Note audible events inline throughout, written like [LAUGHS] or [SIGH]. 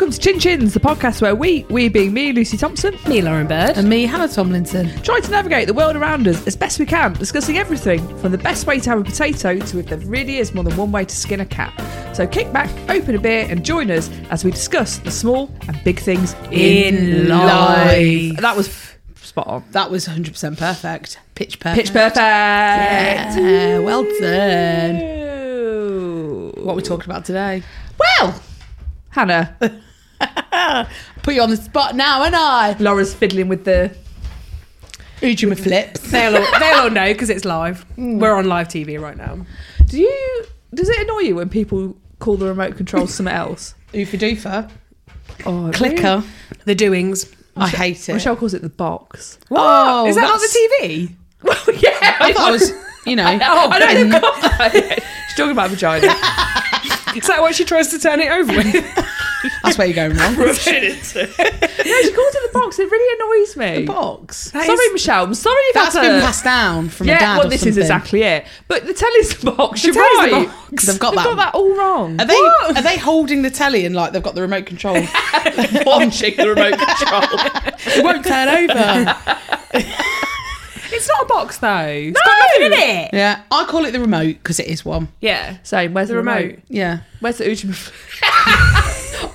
It's Chin Chins, the podcast where we, we being me, Lucy Thompson, Me, Lauren Bird. And me, Hannah Tomlinson. try to navigate the world around us as best we can, discussing everything from the best way to have a potato to if there really is more than one way to skin a cat. So kick back, open a beer, and join us as we discuss the small and big things in, In life. life. That was f- spot on. That was 100% perfect. Pitch perfect. Pitch perfect. Yeah, well done. Ooh. What are we talking about today? Well, Hannah, [LAUGHS] Put you on the spot now, and I. Laura's fiddling with the Ujima [LAUGHS] flips. They'll all, they'll all know because it's live. We're on live TV right now. Hmm. Do you? Does it annoy you when people call the remote control something else? Oofa doofa. [LAUGHS] Oh, it really- Clicker. The doings. I hate it. Michelle calls it the box. What? Oh, Is that not that's- the TV? [LAUGHS] Well, yeah. I thought [LAUGHS] I was, you know. Oh, [LAUGHS] I don't know. [LAUGHS] She's talking about [LAUGHS] vagina. Is that what she tries to turn it over with? [LAUGHS] That's where you're going wrong. No, she calls it the box. It really annoys me. [LAUGHS] Box. That sorry, is- Michelle. I'm sorry if That's that's been a- passed down from a yeah, dad. well, or this is something. exactly it. But the telly's the box. You're telly's the right. box. They've got They've that. got that all wrong. Are they What? are they holding the telly and like they've got the remote [LAUGHS] control? it watching the remote [LAUGHS] control? won't turn [LAUGHS] over. It's not a box though. It's No! got nothing in it. Yeah, I call it the remote because it is one. Yeah. Same. Where's the, The remote? remote. Yeah, Where's the Uchi? [LAUGHS]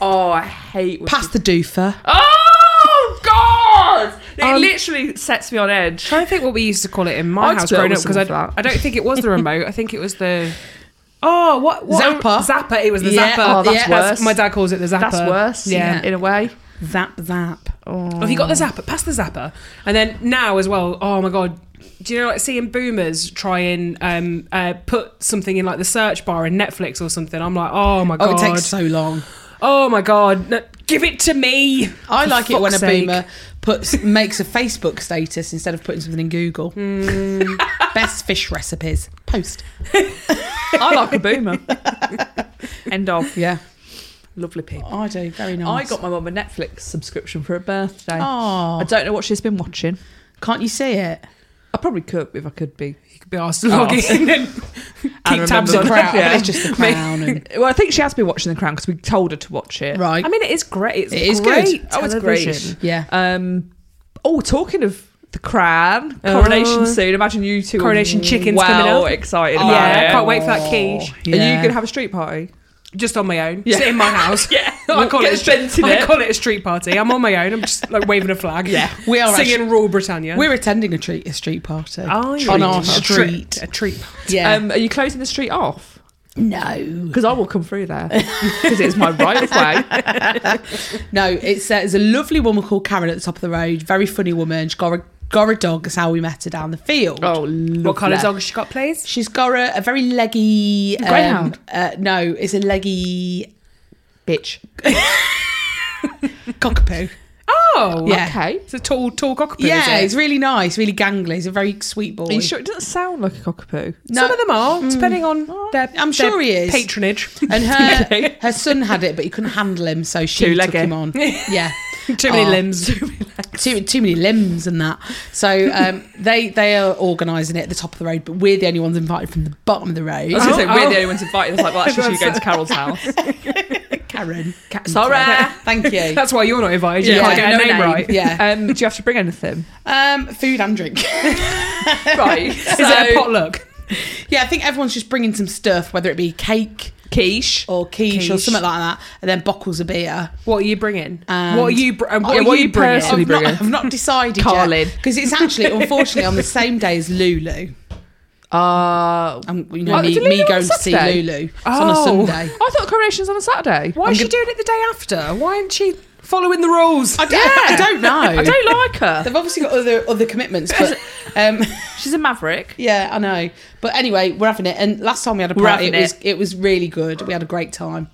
oh, I hate. when past the doofer. Oh God! It Um, literally sets me on edge. Trying to think what we used to call it in my I'd house still growing up whistle because I, for that. I don't think it was the remote. I think it was the [LAUGHS] oh what, what Zapper. Zapper. It was the Yeah. zapper. Oh, that's worse. my dad calls it the zapper. That's worse. Yeah. in a way. Zap zap. Oh, Have you got the zapper? Pass the zapper. And then now as well. Oh my god. Do you know like seeing boomers try and um, uh, put something in like the search bar in Netflix or something? I'm like, oh my Oh, god. it takes so long. oh my god. No, give it to me. I For like it fuck's when a sake. boomer puts makes a Facebook status instead of putting something in Google. Best fish recipes. Post. I like a boomer. [LAUGHS] End of. Yeah, Lovely people. I do. Very I nice. got my mum a Netflix subscription for her birthday. I Oh, don't know what she's been watching. can't you see it? I probably could if I could be. You could be asked to log in and keep tabs remember on The when- it. [LAUGHS] crown. Yeah. It's just the crown. And, Well, I think she has been watching The Crown because we told her to watch it. right. I mean, it is great. [LAUGHS] It's It is good. great. Oh, it's great. television. yeah. Um. Oh, talking of the Crown Oh. coronation soon. Imagine you two. are Coronation chicken's well coming up. Excited. about Yeah, it. I can't wait for that quiche. Are Oh, Yeah. you gonna have a street party? Just on my own. Yeah. Just in [LAUGHS] my house. Yeah. I call, Get it a, spent in stre- it. I call it a street party. I'm on my own. I'm just like waving a flag. Yeah. [LAUGHS] We are singing actually- Rule Britannia. [LAUGHS] We're attending a treat a street party Oh, yeah. on our A treat. street. A treat. Yeah. Um, are you closing the street off? no. Because I will come through there because it's my right of way. No, it's uh, there's a lovely woman called Karen at the top of the road. Very funny woman. She got a got a dog. That's how we met her down the field. What colour Oh, lovely. dog has she got, please? She's got a, a very leggy um, Greyhound? Uh, no, it's a leggy bitch? cockapoo. Oh, Yeah. Okay. It's a tall, tall cockapoo. yeah, is it? it's really nice, really gangly. It's a very sweet boy. Are you sure it doesn't sound like a cockapoo? No, some of them are, depending on their. I'm their sure he is. patronage. [LAUGHS] and her her son had it, but he couldn't handle him, so she took Two-legger. [LAUGHS] him on. Yeah, Too many Oh. limbs. too too many limbs and that. So um, they they are organising it at the top of the road, but we're the only ones invited from the bottom of the road. I was going to say, Oh, we're oh. the only ones invited. It's like, well, actually, [LAUGHS] Everyone's she's going to Carol's house. Karen, Sorry. [LAUGHS] thank you. [LAUGHS] [LAUGHS] That's why you're not invited. You Yeah. can't get No her name, name. right. yeah, Um, do you have to bring anything? um, food and drink. [LAUGHS] Right. Is it a so- potluck? Yeah, I think everyone's just bringing some stuff, whether it be cake Quiche. or quiche, or Quiche. something like that, and then bottles of beer. What are you bringing? And- Oh, what are you? Br- and what Yeah, are what you you bringing? personally- I've not, bringing? I've not decided Carlin. because it's actually unfortunately on the same day as Lulu. Uh, Um, you know, Oh, me, is it Lulu me on going to see Saturday? Lulu. It's Oh. on a [LAUGHS] Sunday. I thought coronation's on a Saturday. Why is she doing it the day after? Why [LAUGHS] isn't she following the rules? I, d- I don't know. I don't like her. They've obviously got other other commitments, [LAUGHS] but um, [LAUGHS] She's a maverick. yeah, I know. But anyway, we're having it. And last time we had a We're party, having it it. was it was really good. We had a great time.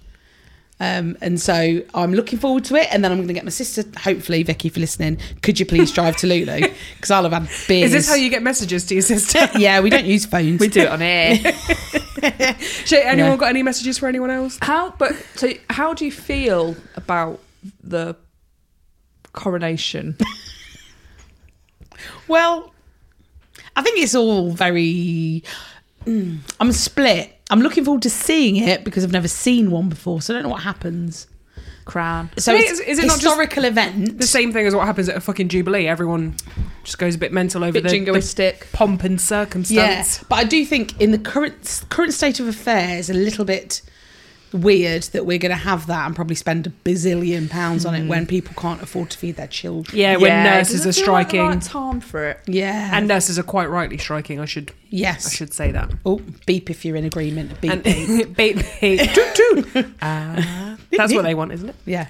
Um, and so I'm looking forward to it. And then I'm going to get my sister, hopefully Vicky, if you're listening. Could you please drive to Lulu? [LAUGHS] Because I'll have had beers. Is this how you get messages to your sister? [LAUGHS] Yeah, we don't use phones. We do it on air. Shit, anyone Yeah. got any messages for anyone else? how? But so, how do you feel about the coronation? Well, I think it's all very. Mm, I'm split. I'm looking forward to seeing it because I've never seen one before, so I don't know what happens. crown. So Wait, it's is- is it not just historical event. The same thing as what happens at a fucking jubilee. Everyone just goes a bit mental over Bit the, the jingoistic. pomp and yeah, circumstance. but I do think in the current current state of affairs, a little bit weird that we're going to have that and probably spend a bazillion pounds Hmm. on it when people can't afford to feed their children. Yeah, when Yeah, nurses doesn't are feel like the striking, right time for it. Yeah, and nurses are quite rightly striking. I should I yes, should say that. oh beep if you're in agreement. Beep, and [LAUGHS] beep. bait, bait. Toot, [LAUGHS] toot. Ah, that's what they want, isn't it? yeah.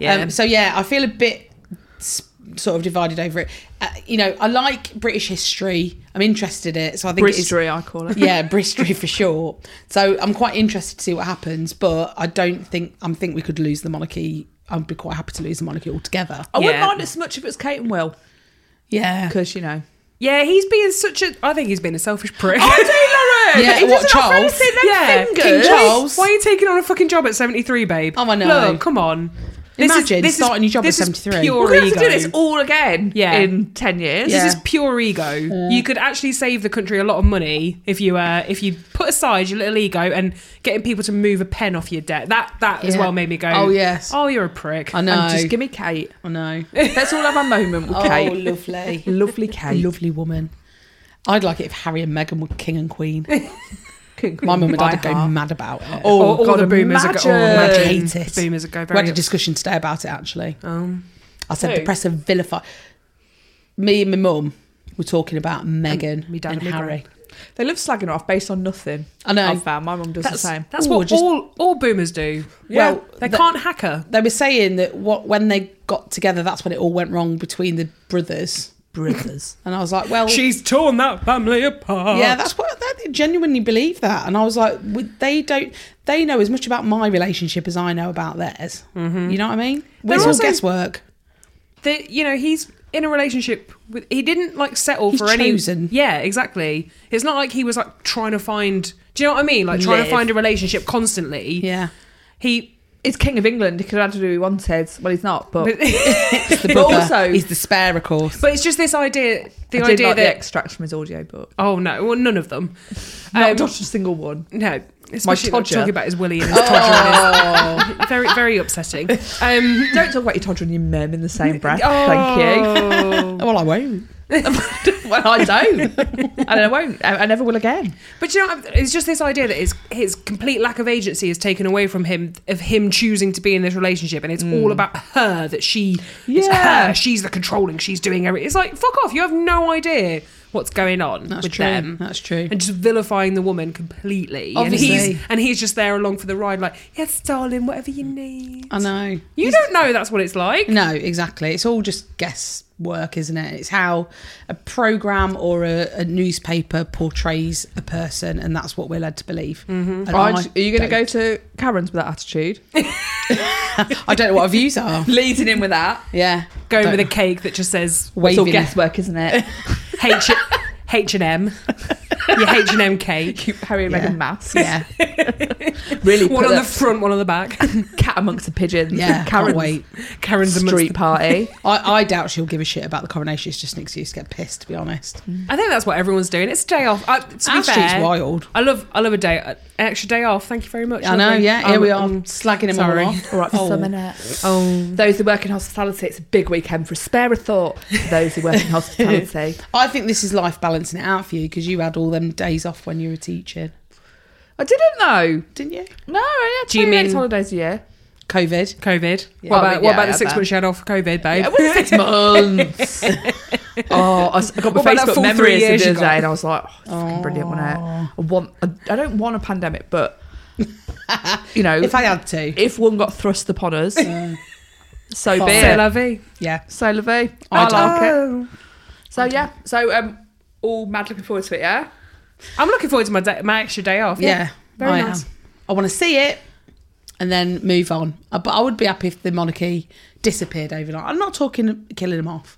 Yeah. Um, so yeah, I feel a bit s- sort of divided over it. Uh, you know, I like British history. I'm interested in it, so I think it is Bristery, I call [LAUGHS] it. yeah, Bristry for sure. So I'm quite interested to see what happens, but I don't think I think we could lose the monarchy. I'd be quite happy to lose the monarchy altogether. I wouldn't Yeah. mind it so much if it was Kate and Will, Yeah, because you know. yeah, he's being such a. I think he's been a selfish prick. [LAUGHS] I do love it. [LAUGHS] Yeah, he what, doesn't have Charles? anything, Oh, no Yeah, King fingers. Charles. Why are you taking on a fucking job at 73, babe? Oh, I know. Look, come on. Imagine starting your job at this is 73. We're Pure going to ego. have to do this all again Yeah. in 10 years. Yeah. This is pure ego. You could actually save the country a lot of money if you uh, if you put aside your little ego and getting people to move a pen off your debt. That that as Yeah. well made me go. Oh, yes. Oh, you're a prick. I know. And just give me Kate. I know. Let's all have our moment with [LAUGHS] [LAUGHS] Oh, Kate. lovely, [LAUGHS] Lovely Kate. lovely woman. I'd like it if Harry and Meghan were king and queen. My mum and By dad would go heart. mad about it. Oh, All- all God, the boomers are go- oh, imagine. imagine. Hate it. Boomers we go had very. a discussion today about it actually. um, I said Who? the press have vilified. Me and my mum were talking about Meghan me and, dad and me Harry. They love slagging off based on nothing. I know. I've found. My mum does the same. that's Ooh, what just- all all boomers do. Yeah. Well, they the- can't hack her. They were saying that what when they got together, that's when it all went wrong between the brothers. Brothers. [LAUGHS] And I was like, well, She's torn that family apart. yeah, that's what that, they genuinely believe that. And I was like, would- they don't, they know as much about my relationship as I know about theirs. You know what I mean? They're it's all also- guesswork. that you know he's in a relationship with he didn't like settle He's for any chosen. yeah exactly it's not like he was like trying to find do you know what i mean like trying Live. to find a relationship constantly [LAUGHS] Yeah, he He's king of England. He could have had to do what he wanted. Well, he's not, but. but, [LAUGHS] but it's the But brother. also- he's the spare, of course. it's just this idea the I did idea like that the extracts from his audio book. oh no well none of them Not, Um, not a single one. no especially not todger. talking about his willy and his Oh, todger and his- [LAUGHS] very very [LAUGHS] upsetting um Don't talk about your todger and your mum in the [LAUGHS] same breath. Oh. Thank you well, I won't. you. [LAUGHS] well, I [LAUGHS] don't. and I won't. I, I never will again. But you know, it's just this idea that his his complete lack of agency is taken away from him of him choosing to be in this relationship, and it's Hmm. all about her that she, it's Yeah. her, she's the controlling, she's doing everything. It's like fuck off, you have no idea what's going on That's with true. them, That's true. and just vilifying the woman completely. and Obviously. he's and he's just there along for the ride, like yes, darling, whatever you need. I know. You don't know that's what it's like. No, exactly. It's all just guesswork, isn't it? It's how a program or a, a newspaper portrays a person, and that's what we're led to believe. And Are you going to don't- go to Karen's with that attitude? I don't know what our views are. Leading in with that. Yeah, Going Don't- with a cake that just says It's all waving. guesswork, isn't [LAUGHS] it? H H [LAUGHS] and M, your H and M cake. Harry and Yeah. Meghan masks. yeah, [LAUGHS] Really One put on the a front, one on the back. cat amongst the pigeons. [LAUGHS] yeah. Can't Karen's wait. Karen's amongst [LAUGHS] street party. I, I doubt she'll give a shit about the coronation. It's just an excuse to get pissed, to be honest. I think that's what everyone's doing. It's a day off. I, Mm. to be Our street's fair, wild. I love I love a day an extra day off. Thank you very much. I know. Lovely. Yeah, here Um, we are um, slagging him sorry. all off. All right, for Oh. some Oh. minutes. Those who work in hospitality, it's a big weekend for a spare a thought for those who work [LAUGHS] in hospitality. I think this is life balancing it out for you because you had all them days off when you were teaching, I didn't know. didn't you? No, I had Do you three mean- days holidays a year. COVID. COVID. Yeah. What Oh, about but what yeah, about the I six bet. months you had off for COVID, babe? It was six months. [LAUGHS] oh, I s- I got my What about that Facebook full three memories the years other you got? day, and I was like, oh, it's fucking brilliant, wasn't it? I want. I, I don't want a pandemic, but you [LAUGHS] know, If I had to, if one got thrust upon [LAUGHS] us, uh, so be Fine. C'est it. la vie. yeah. So la vie. I I like it. Oh. So yeah. So um, all mad looking forward to it. Yeah. I'm looking forward to my day, my extra day off. Yeah, very I nice. am. I want to see it and then move on. Uh, But I would be happy if the monarchy disappeared overnight. I'm not talking killing them [LAUGHS] off.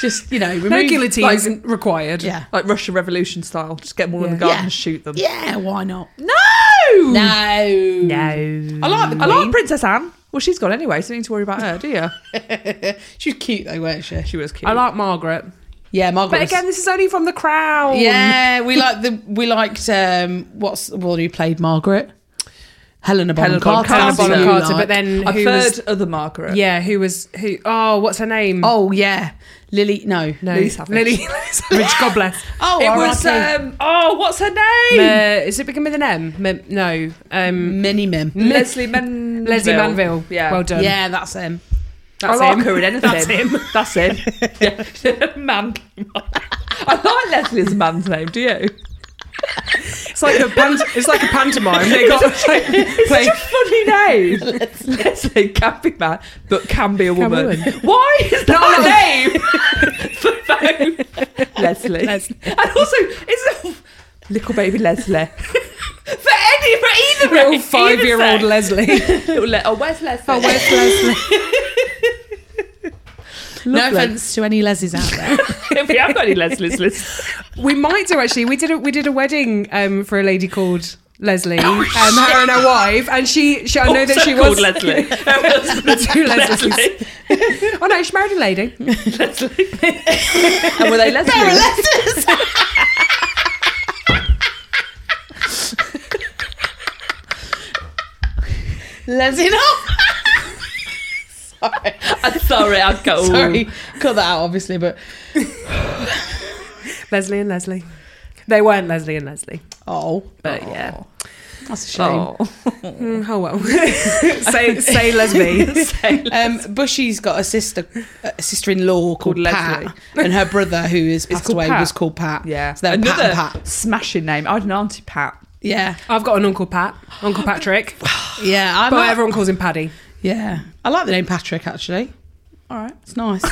Just you know, remove, No guillotine like- isn't required. yeah, Like Russian Revolution style, just get them all in the Yeah. garden Yeah. and shoot them. yeah. Why not? No. No, No. I like the I like Princess Anne. Well, she's gone anyway, so you don't need to worry about her, do you? She was cute though, weren't she? [LAUGHS] She was cute. I like Margaret. Yeah, Margaret. But was- [LAUGHS] again, this is only from the crown. yeah, we liked the we liked um what's the one who played Margaret? Helena Helena Bonham Bonham Carter. Carter. who Helena Bonham you Carter, like. but then I've who heard was? other Margaret. Yeah, who was who? Oh, what's her name? oh yeah, Lily. No, no, Lily Savage. Lily [LAUGHS] Savage. God bless. Oh, It R.I.P. was um oh what's her name? Uh, is it begin with an M? Mem- no, um, Mini Mim. Leslie Manville. Leslie Manville. Yeah. well done. Yeah, that's him. that's I like him. her in anything. That's him. [LAUGHS] That's him. Yeah. [LAUGHS] Man came up. I like Leslie's man's name, do you? It's like a pant- it's like a pantomime. They got [LAUGHS] like, Such play- a funny [LAUGHS] name. Leslie can be man, but can be a Can woman. woman. [LAUGHS] Why is that [LAUGHS] a name for both Leslie? Leslie. And also, it's a [LAUGHS] little baby Leslie. for any, for either real five year old Leslie. Leslie. oh, where's Leslie? Oh, where's Leslie? No offense to any Leslie's out there. if [LAUGHS] we have got any Leslie's list. [LAUGHS] We might do actually. We did a we did a wedding um, for a lady called Leslie, um, her and her wife, and she, she I know that she was [LAUGHS] Leslie. the [LAUGHS] two Leslies. Oh no, she married a [LAUGHS] lady. and were they Leslie? Leslie, no. Sorry. I'm sorry, I've got all. Sorry, cut that out, obviously, but Leslie and Leslie. They weren't Leslie and Leslie, oh, but yeah. that's a shame. Oh. Mm, oh well. [LAUGHS] say say Leslie. Say- Um, Bushy's got a sister, a sister-in-law called, Called Pat, Leslie. and her brother, who is passed called away, Pat. was called Pat. yeah. so they're Pat Another and Pat. smashing name. I had an auntie Pat. Yeah, I've got an uncle Pat, Uncle Patrick, yeah. I but like, everyone calls him Paddy. yeah, I like the name Patrick. Actually, All right. it's nice.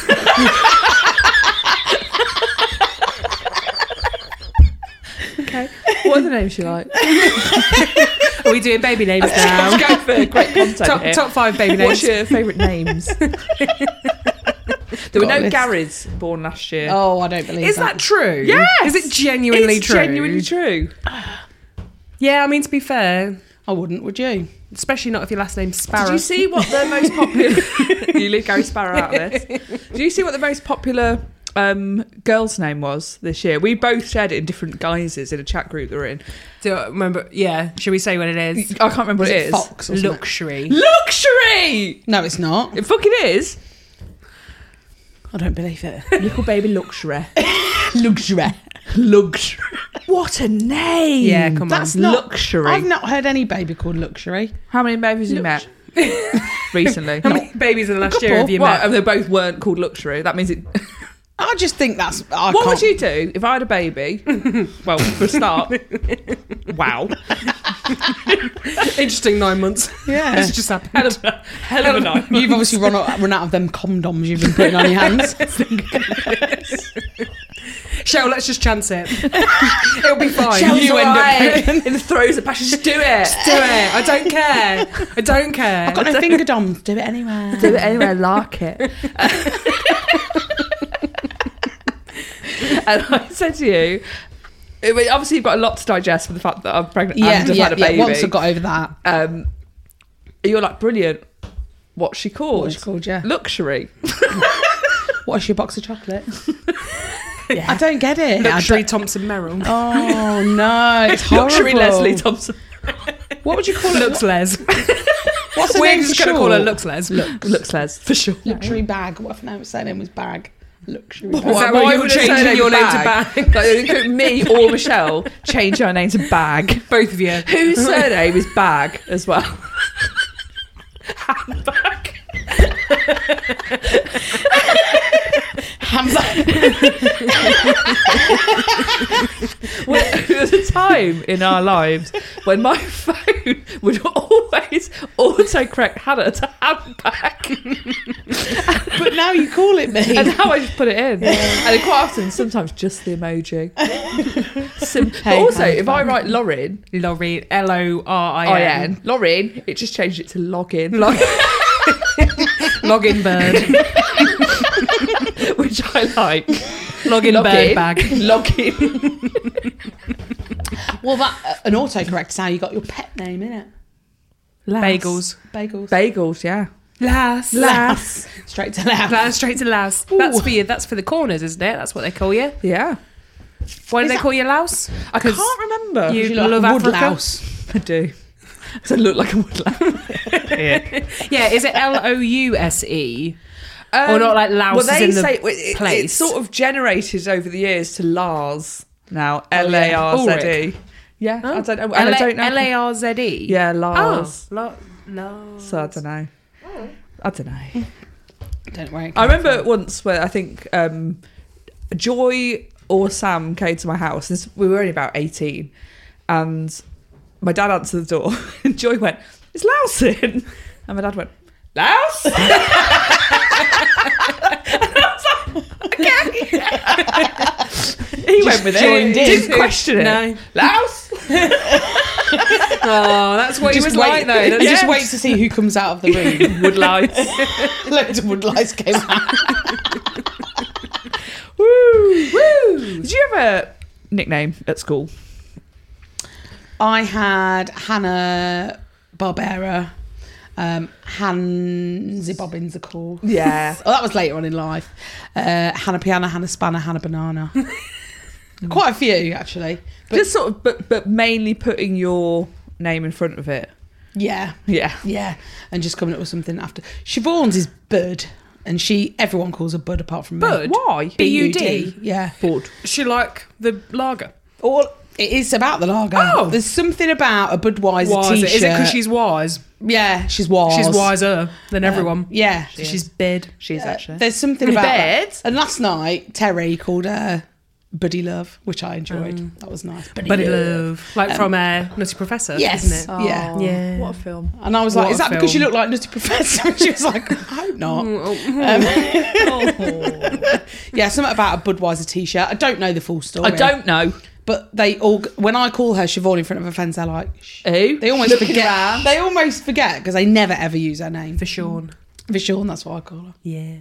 Okay. What other names you like? Are we doing baby [LAUGHS] names now? Let's go for great content top, here. top five baby What's names. your favourite names? there were Got no a list. Garys born last year. oh, I don't believe [LAUGHS] Is that true? Yes! Is it genuinely it's true? genuinely true. Yeah, I mean to be fair, I wouldn't, would you? especially not if your last name's Sparrow. Did you see what the most popular? [LAUGHS] you leave Gary Sparrow out of this. Do you see what the most popular um, girl's name was this year? We both shared it in different guises in a chat group that we're in. Do I remember? Yeah. Should we say what it is? I can't remember what it Is it is. Fox or something? Luxury. Luxury. No, it's not. It fucking is. I don't believe it. Little baby luxury. [LAUGHS] Luxury. [LAUGHS] luxury. What a name. Yeah, come on. That's not Luxury. I've not heard any baby called luxury. How many babies have you met [LAUGHS] recently? How many babies in the last year have you Well, met? and they both weren't called luxury. That means it. I just think that's. I what can't- would you do if I had a baby? well, for a start, [LAUGHS] wow, [LAUGHS] Interesting nine months. Yeah. it's just happened. hell of, a- hell of a night. [LAUGHS] You've obviously run out, run out of them condoms you've been putting on your [LAUGHS] hands. Cheryl, let's just chance it. [LAUGHS] It'll be fine. Cheryl's you end up. alright. [LAUGHS] in the throes of passion. Just do it. Do it. I don't care. I don't care. Got no finger doms. Do it [LAUGHS] anyway. do it anyway. I like it. [LAUGHS] and I said to you. I mean, obviously, you've got a lot to digest for the fact that I'm pregnant Yeah, and I've had yeah, a yeah. baby. Once I got over that, um, you're like brilliant. What's she called? what's she called? Yeah. Luxury. What's your box of [LAUGHS] chocolate? I don't get it. I Luxury don't- Thompson Merrill. Oh no, it's horrible. Luxury Leslie Thompson. What would you [LAUGHS] call it? [LAUGHS] Looks Les. What's her We're name just for gonna call her short? Looks Les. Looks Les for sure. Luxury bag. What if her surname was bag? Luxury bag. [LAUGHS] Is that why you're changing your name to Bag? Like, include me or Michelle change our name to Bag. [LAUGHS] Both of you. Whose [LAUGHS] surname is Bag as well? Handbag. Handbag. Well, [LAUGHS] there was a time in our lives when my phone would always autocorrect Hannah to handbag, But now you call it [LAUGHS] me. and now I just put it in. And quite often, sometimes just the [LAUGHS] emoji. Sim- but Hey, also, hey, if I hey. write Lauren, [LAUGHS] Lorraine. L O R I N. I-N. Lauren, it just changed it to login, Oh, Log- Login bird. [LAUGHS] which I [LAUGHS] like. Login Log bird in. bag. [LAUGHS] Login. well, that uh, an autocorrect is how you got your pet name, innit? Bagels. Bagels. Bagels, yeah. Lass. Lass. Straight to loud. Lass straight to Lass. That's for you. That's for the corners, isn't it? That's what they call you. Yeah. Why do Is they that- call you Louse? I can't remember. you You're like love a wood Africa. [LAUGHS] louse. I do. So look like a woodland. yeah. Yeah, is it L O U S E? Or not like Laos Um, Well, is they in the say well, it- it, place. It's sort of generated over the years to Lars now. Oh, L yeah. Oh. A R Z E. Yeah, I don't know. And I don't know. L A Oh. R Z E. Yeah, Lars. Lars. Lars. So I don't know. I don't know. Don't worry. I remember once where I think um, Joy or Sam came to my house. This, we were only about 18. And my dad answered the door. [LAUGHS] And Joy went, It's Laos in. [LAUGHS] And my dad went, Laos? [LAUGHS] and I was like, Okay. [LAUGHS] he went with joined it. in. Didn't question it. No. [LAUGHS] [LAUGHS] Laos? Oh, that's what he was like though. That's- [LAUGHS] Just wait to see who comes out of the [LAUGHS] room. Wood lights. Loads of wood lights came out. Woo. Woo. Did you have a nickname at school? I had Hannah Barbera. Um, Hansy Bobbins are called. [LAUGHS] Yeah. Oh, that was later on in life. Uh, Hannah Piana, Hannah Spanner, Hannah [LAUGHS] Banana. Quite a few, actually. But just sort of, but but mainly putting your name in front of it. yeah, Yeah. yeah. And just coming up with something after. Siobhan's is Bud. And she, everyone calls her Bud apart from me. Bud? Why? B- B-U-D, B-U-D? Yeah. Bud. She like the lager. All it is about the lager. Oh. There's something about a Budweiser Wise. t-shirt. Is it because she's wise? yeah, she's wise. She's wiser than everyone. Yeah. So she's bed. She is Uh, actually. There's something about that. Bed? And last night, Terry called her Buddy Love, which I enjoyed. that was nice. Buddy, Mm. Buddy love. Like from uh, Nutty Professor, Yes. isn't Oh. it? yeah. Yeah. What a film. And I was What like, a is that because you film. Mm, oh, look like Nutty Professor? [LAUGHS] And she was like, I hope not. Um, [LAUGHS] Yeah, something about a Budweiser t-shirt. I don't know the full story. I don't know. But they all, when I call her Siobhan in front of her fans, they're like, Shh. Who? they almost Looking forget. around. They almost forget because they never ever use her name. For Sean. For sure, and that's what I call her. Yeah.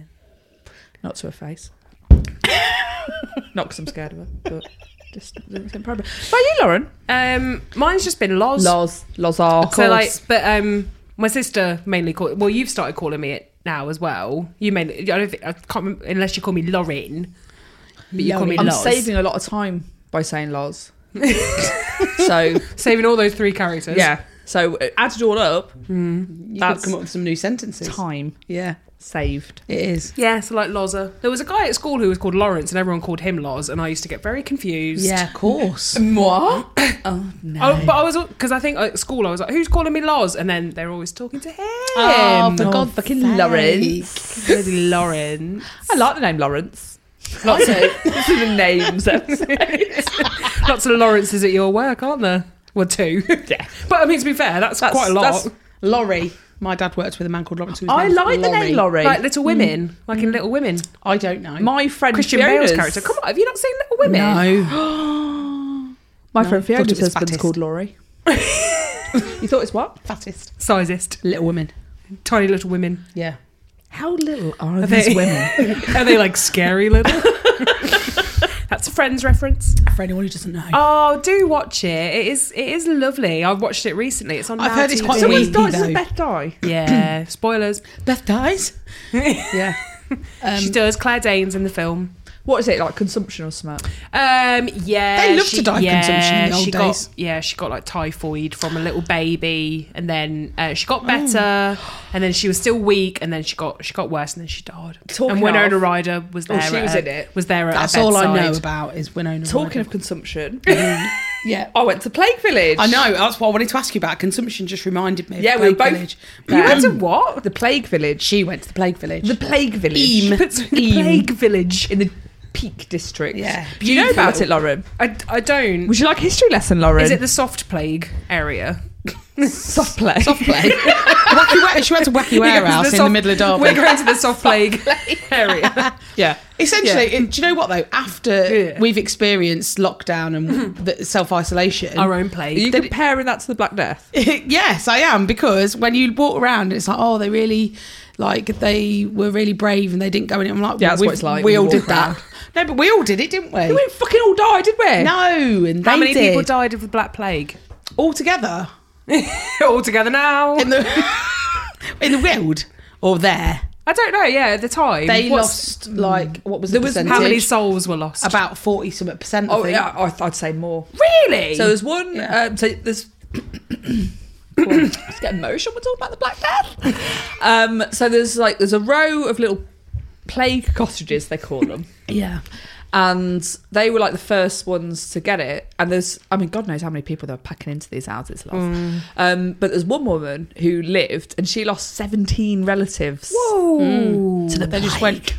Not to her face. [LAUGHS] Not because I'm scared of her, but just it's improbable. But you, Lauren? Um, mine's just been Loz. Loz. Lozar. So like, but um, my sister mainly called. Well, you've started calling me it now as well. You mainly. I don't think I can't remember, unless you call me Lauren. But you call me I'm Loz. saving a lot of time by saying [LAUGHS] Loz. so Saving all those three characters. yeah. So uh, added all up, You That's- could come up with some new sentences. time Yeah, saved. it is. Yeah, so like Loza. There was a guy at school who was called Lawrence, and everyone called him Loz, and I used to get very confused. Yeah, of course. Moi? oh no. Oh, but I was because I think at school I was like, "Who's calling me Loz?" And then they're always talking to him. [LAUGHS] Oh, for Oh, God's fucking sake. Lawrence. Bloody Lawrence. I like the name [LAUGHS] Lawrence. Lots of- [LAUGHS] This is the names episode. Lots of Lawrences at your work, aren't there? Well, two. [LAUGHS] Yeah. but I mean, to be fair, that's, That's- quite a lot. that's- Lorry. My dad worked with a man called Lawrence. who was I named like the name Laurie. Like Little Women, like Mm. in Little Women. I don't know. my friend Christian Fiona's, Bale's character. Come on, have you not seen Little [GASPS] Women? no. My friend No, I thought it Fiona's was husband's Baptist. called [LAUGHS] Laurie. you thought it's what? Fattest. Sizest. Little Women. Tiny Little Women. Yeah. How little are they- these women? Are they like scary little? [LAUGHS] That's a Friends reference. For anyone who doesn't know. Oh, do watch it. It is it is lovely. I watched it recently. It's on. I've Now heard it's TV. quite Someone Weedy, starts as though. Beth Dye. Yeah, spoilers. Beth dies. yeah. Um, she does. Claire Danes in the film. [LAUGHS] What is it like? Consumption or smoke? Um, yeah, They love to die of consumption in the old she days. Got, yeah, she got like typhoid from a little baby, and then uh, she got better, and then she was still weak, and then she got she got worse, and then she died. Talking and Winona of- Ryder was Oh, there. she at was her- in it. Was there at her That's all I know bedside. about is Winona. Talking Ryder. of consumption, yeah. I went to Plague Village. I know. That's what I wanted to ask you about. Consumption just reminded me. Of Yeah, Plague we both. Village. You went [CLEARS THROAT] to what? The Plague Village. She went to the Plague Village. The Plague Village. Eam. It's the Eam. Plague Village. In the Peak District. Yeah. Do you know Beautiful. about it, Lauren? I, I don't. Would you like a history lesson, Lauren? Is it the soft plague area? [LAUGHS] soft play? Soft [LAUGHS] play. Wacky Wa- she went to Wacky Warehouse in the middle of Derby. We're going to the soft plague [LAUGHS] area. yeah. Essentially, it- do you know what though? After Yeah. we've experienced lockdown and the self isolation, Our own Are you plague. comparing that to the Black Death? [LAUGHS] yes, I am because when you walk around, it's like, oh, they really, like they were really brave and they didn't go in. I'm like, Yeah, yeah, that's what it's like We when all you walk did around. that. No, but we all did it, didn't we? We didn't fucking all die, did we? no, and they How many did. people died of the [LAUGHS] black plague? all together All together now. in the [LAUGHS] in the world or there? I don't know. Yeah, at the time They What's- lost like what was There the was- percentage? how many souls were lost. About forty something percent. I Oh think. yeah, I, I'd say more. really? um, So there's [COUGHS] one. Yeah. Um, so there's Let's get emotional. We're talking about the Black Death. Um, so there's like there's a row of little plague cottages they call [LAUGHS] them, Yeah. and they were like the first ones to get it. And there's I mean God knows how many people they were packing into these houses. Love. Um, but there's one woman who lived, and she lost 17 relatives. Mm. Whoa. To the They just went,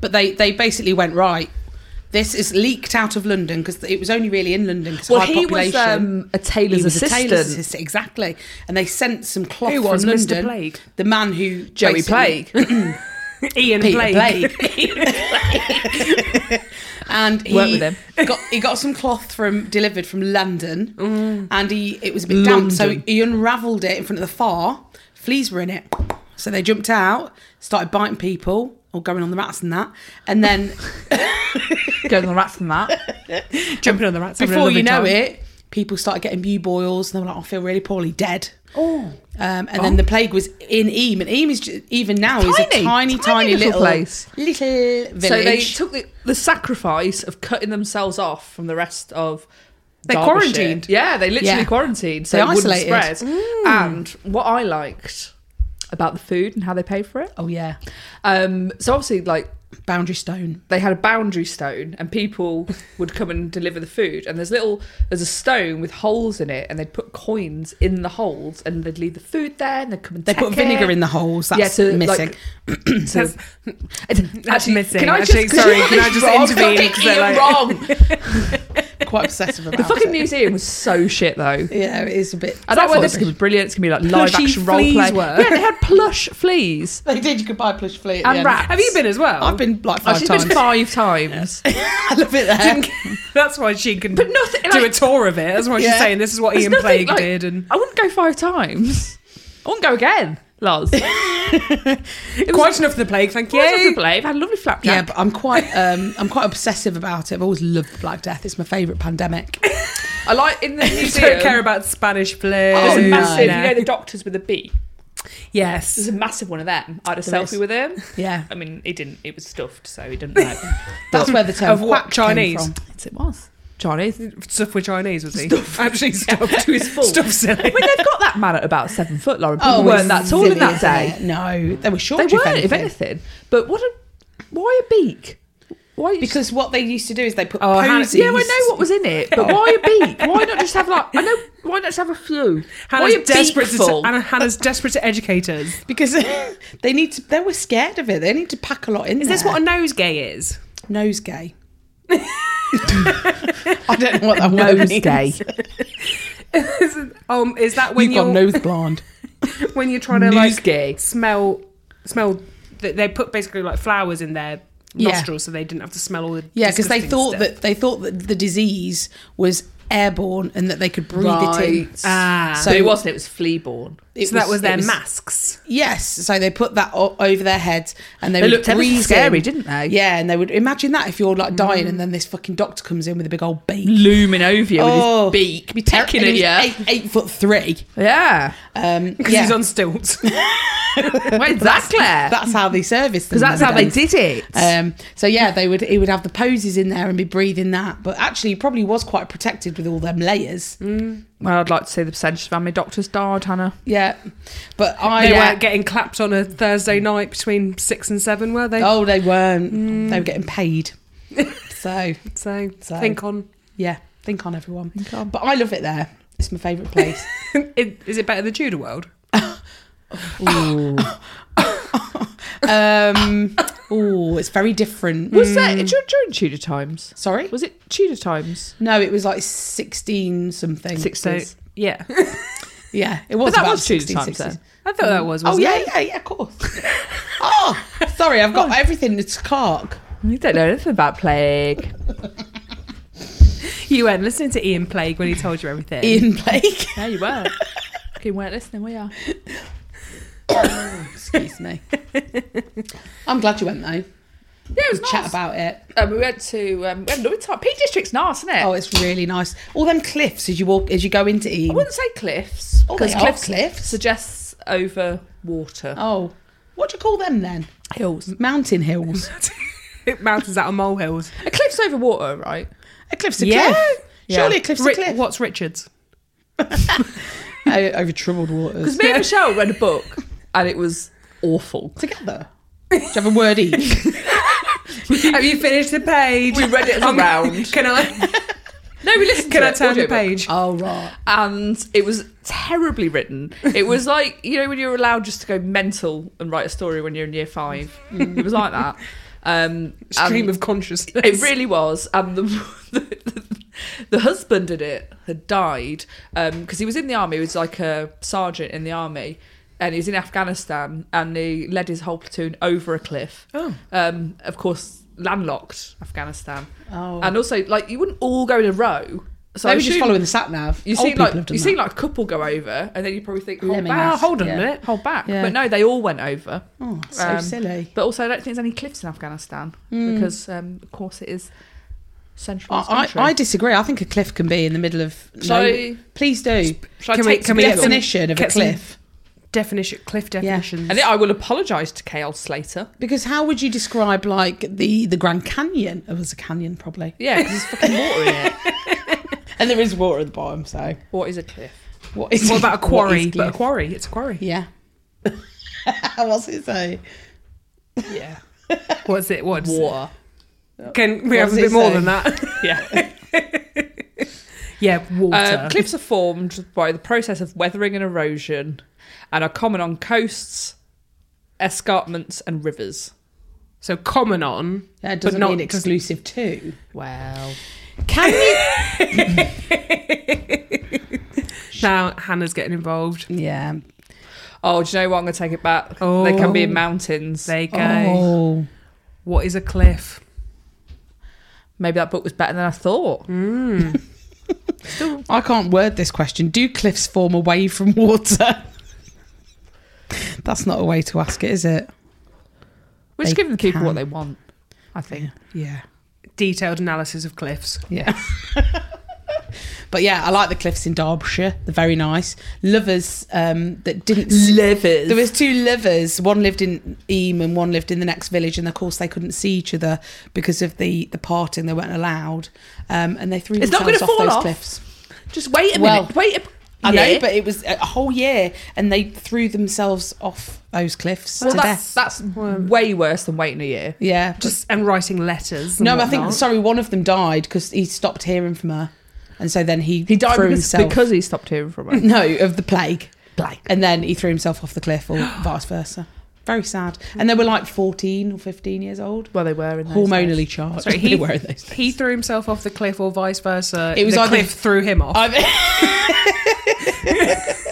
but they they basically went right. This is leaked out of London because it was only really in London because Well, high he was population. um, a tailor's he was a assistant. tailor's assistant, exactly. And they sent some cloth Who was from Mr. London. Blake? The man who Joey basically- Plague. Ian Peter Blake. [LAUGHS] and he Work with him. got he got some cloth from delivered from London, Mm. and he it was a bit damp, so London. he unravelled it in front of the fire. Fleas were in it, so they jumped out, started biting people or going on the rats and that, and [LAUGHS] then Going on the rats from that. Jumping on the rats. having a before you know lovely time. it, people started getting blue boils, and they were like, "I feel really poorly, dead." Oh. Um, and then the plague was in Eam, and Eam is ju- even now is a Tiny, tiny, tiny, tiny little little place. little village. So they took the, the sacrifice of cutting themselves off from the rest of. They Derbyshire. quarantined. Yeah, they literally Yeah. quarantined. So They it wouldn't isolated. spread. And what I liked about the food and how they paid for it. oh yeah, Um, so obviously, like boundary stone. they had a boundary stone, and people would come and deliver the food. And there's little, there's a stone with holes in it, and they'd put coins in the holes, and they'd leave the food there, and they'd come and They put vinegar [LAUGHS] in the holes. That's Yeah, to, like, missing. So, That's missing. Can I just, Actually, sorry, can I [LAUGHS] just intervene? Fucking 'Cause they're Ian like- wrong. Quite obsessive about The fucking it. museum was so shit though. Yeah, it is a bit. I don't know this Rubbish. is gonna be brilliant. It's gonna be like live Plushy action role fleas play. were. Yeah, they had plush fleas [LAUGHS] They did. You could buy a plush flea at the and end. rats. Have you been as well? I've been like Oh, five she's times. been [LAUGHS] five [LAUGHS] times. I love it there. That's why she can But nothing- do a like- tour of it. That's why Yeah. she's saying this is what There's Ian nothing, Plague like- did. And I wouldn't go five times. I wouldn't go again, [LAUGHS] Lars. it was quite enough of the plague, thank you. quite off the blade. I had a lovely flapjack. Yeah, but I'm quite um, I'm quite obsessive about it. I've always loved the Black Death. It's my favourite pandemic. I like in the You museum. [LAUGHS] [LAUGHS] don't care about Spanish flu. There's a no. massive, No. you know, the doctors with a B. There's Yes. a massive one of them. I had a There selfie is. with him. Yeah, I mean, he didn't. It was stuffed, so he didn't [LAUGHS] know. that's where the term Of what quack Chinese? Came from. yes, it was. [LAUGHS] Chinese. When [LAUGHS] Stuff with Chinese, was he? Actually, stuff to his full. Stuff silly. they've got that man at about seven foot, Lauren. People Oh, weren't that tall in silly, that Oh, isn't day. it? No, they were short. They weren't, if anything. But what a why a beak? Why you Because what they used to do is they put Oh, Hannah- posies. yeah, I know what was in it, but why a beak? Why not just have like I know why not just have a few? why Hannah's a desperate, to, beakful? Hannah- Hannah's desperate to educate us. because [LAUGHS] they need to. They were scared of it. They need to pack a lot in. Is this what a nosegay is? nosegay? I don't know what that word means. Nosegay. Um, is that when You've got you're nose blonde. when you're trying to like Nosegay. smell smell th- they put basically like flowers in their Yeah. nostrils so they didn't have to smell all the [LAUGHS] Yeah, because they disgusting thought stuff. that they thought that the disease was airborne and that they could breathe it in. Right. ah So So it wasn't. It was flea born. It so that was it their [LAUGHS] masks Yes, so they put that o- over their heads and they, They would looked ever so breathe scary, in. didn't they? Yeah, and they would imagine that if you're like dying and then this fucking doctor comes in with a big old beak, Looming over you Oh. with his beak, be Ter- taking and it, he was yeah, eight, eight foot three. yeah. Um, because yeah, he's on stilts Well, exactly. that's how they serviced them. Because that's how they nowadays. did it. Um, so yeah, they would he would have the poses in there and be breathing that, but actually he probably was quite protected with all them layers. Mm. well, I'd like to see the percentage of how many doctors died, Hannah. Yeah, but [LAUGHS] I they Yeah. weren't getting clapped on a Thursday night between six and seven were they Oh, they weren't. Mm. They were [LAUGHS] getting paid. so so, So- think on yeah, think on everyone. Think on. But I love it there. It's my favourite place. Is is it better than Tudor world [LAUGHS] um, oh, it's very different. Was that dur- during Tudor times? Sorry, Was it Tudor times? no, it was like sixteen something. Sixties. [LAUGHS] yeah Yeah, it was that about was Tudor 16, times then. 60s. I thought that was Oh wasn't yeah, it? yeah, yeah, [LAUGHS] of course. oh, sorry, I've got everything. It's Clark. You don't know anything about plague. you weren't listening to Ian Plague when he told you everything Ian [LAUGHS] Blake. Yeah, you were. you weren't listening, were you? Excuse me. I'm glad you went though. Yeah, it was nice. Chat about it. Um, we went to um, we had a lovely time. P District's nice, isn't it? Oh, it's really nice. All them cliffs as you walk as you go into I Ian. wouldn't say cliffs Oh, they are cliffs. suggests over water Oh, what do you call them then? hills. [LAUGHS] Mountain hills. mountains out of molehills A cliff's over water, right? A cliff's a Yeah. cliff. Surely a cliff's Ri- a cliff. what's Richards O- over troubled waters. Because me and Michelle read a book and it was awful. Together. Do you have a [LAUGHS] word each? Have you finished the page? We read [LAUGHS] it as a Um, round. Can I? No, we listened Can to I it, Um, turn the audiobook. page? oh, right. And it was terribly written. It was like, you know, when you're allowed just to go mental and write a story when you're in year five. It was like that. Um, and Stream Mm. of consciousness. It really was. And the, [LAUGHS] the, the, husband in it had died because he was in the army. He was like a sergeant in the army. And he was in Afghanistan and he led his whole platoon over a cliff. Oh. Um, of course, landlocked Afghanistan. Oh. And also, like, you wouldn't all go in a row. Um, So they I were just assume- following the sat nav. you Old see, people like, you have done see, that. like, a couple go over, and then you probably think, hold Lemming back, Wow, hold on a Yeah. minute. hold back. Yeah. But no, they all went over. Oh, so um, silly. But also, I don't think there's any cliffs in Afghanistan because, um, of course, it is central. I, I, I disagree. I think a cliff can be in the middle of. So- no, please do. Shall can I we- take can some we get Google? some- Definition of a get some- cliff. Definition, cliff definitions. And I will apologise to KL Slater. Because how would you describe like the the Grand Canyon? It was a canyon probably, Yeah, because there's fucking water in [LAUGHS] it. and there is water at the bottom. So What is a cliff? what is What about [LAUGHS] a what is quarry? But a cliff? quarry, it's a quarry. [LAUGHS] [LAUGHS] yeah. What's it say? Yeah, What's it? What's water. Can What we have does a bit it more say? than that? Yeah. [LAUGHS] [LAUGHS] yeah, water. Uh, Um, cliffs are formed by the process of weathering and erosion, and are common on coasts, escarpments, and rivers. so common on, That but doesn't not mean exclusive to. Wow. Can you? now. Hannah's getting involved. [LAUGHS] yeah. Oh, do you know what? I'm going to take it back. They can be Oh. in mountains. There you go. Oh. What is a cliff? Maybe that book was better than I thought. I can't word this question. Do cliffs form away from water? [LAUGHS] That's not a way to ask it, is it? We're just They giving the people can. what they want, I think. Yeah. Detailed analysis of cliffs. Yeah. [LAUGHS] but yeah, I like the cliffs in Derbyshire. They're very nice. Lovers um, that didn't. Livers. there was two lovers. One lived in Eam and one lived in the next village. And of course, they couldn't see each other because of the the parting. They weren't allowed. Um, and they threw It's not gonna themselves off fall those off. cliffs. Just wait a Well, minute. Wait a I year. know, but it was a whole year, and they threw themselves off those cliffs Well, to that's, death. that's way worse than waiting a year. yeah, just Just and writing letters. and no. I think whatnot. sorry, one of them died because he stopped hearing from her, and so then he He died threw because, himself. because he stopped hearing from it. [LAUGHS] no of the plague, Plague. and then he threw himself off the cliff or vice versa. Very sad. And they were like fourteen or fifteen years old, Well, they were in those hormonally days. charged. [LAUGHS] Sorry, They he- were in those [LAUGHS] days. he threw himself off the cliff, or vice versa. It was the either- cliff threw him [LAUGHS] off. [LAUGHS] I've-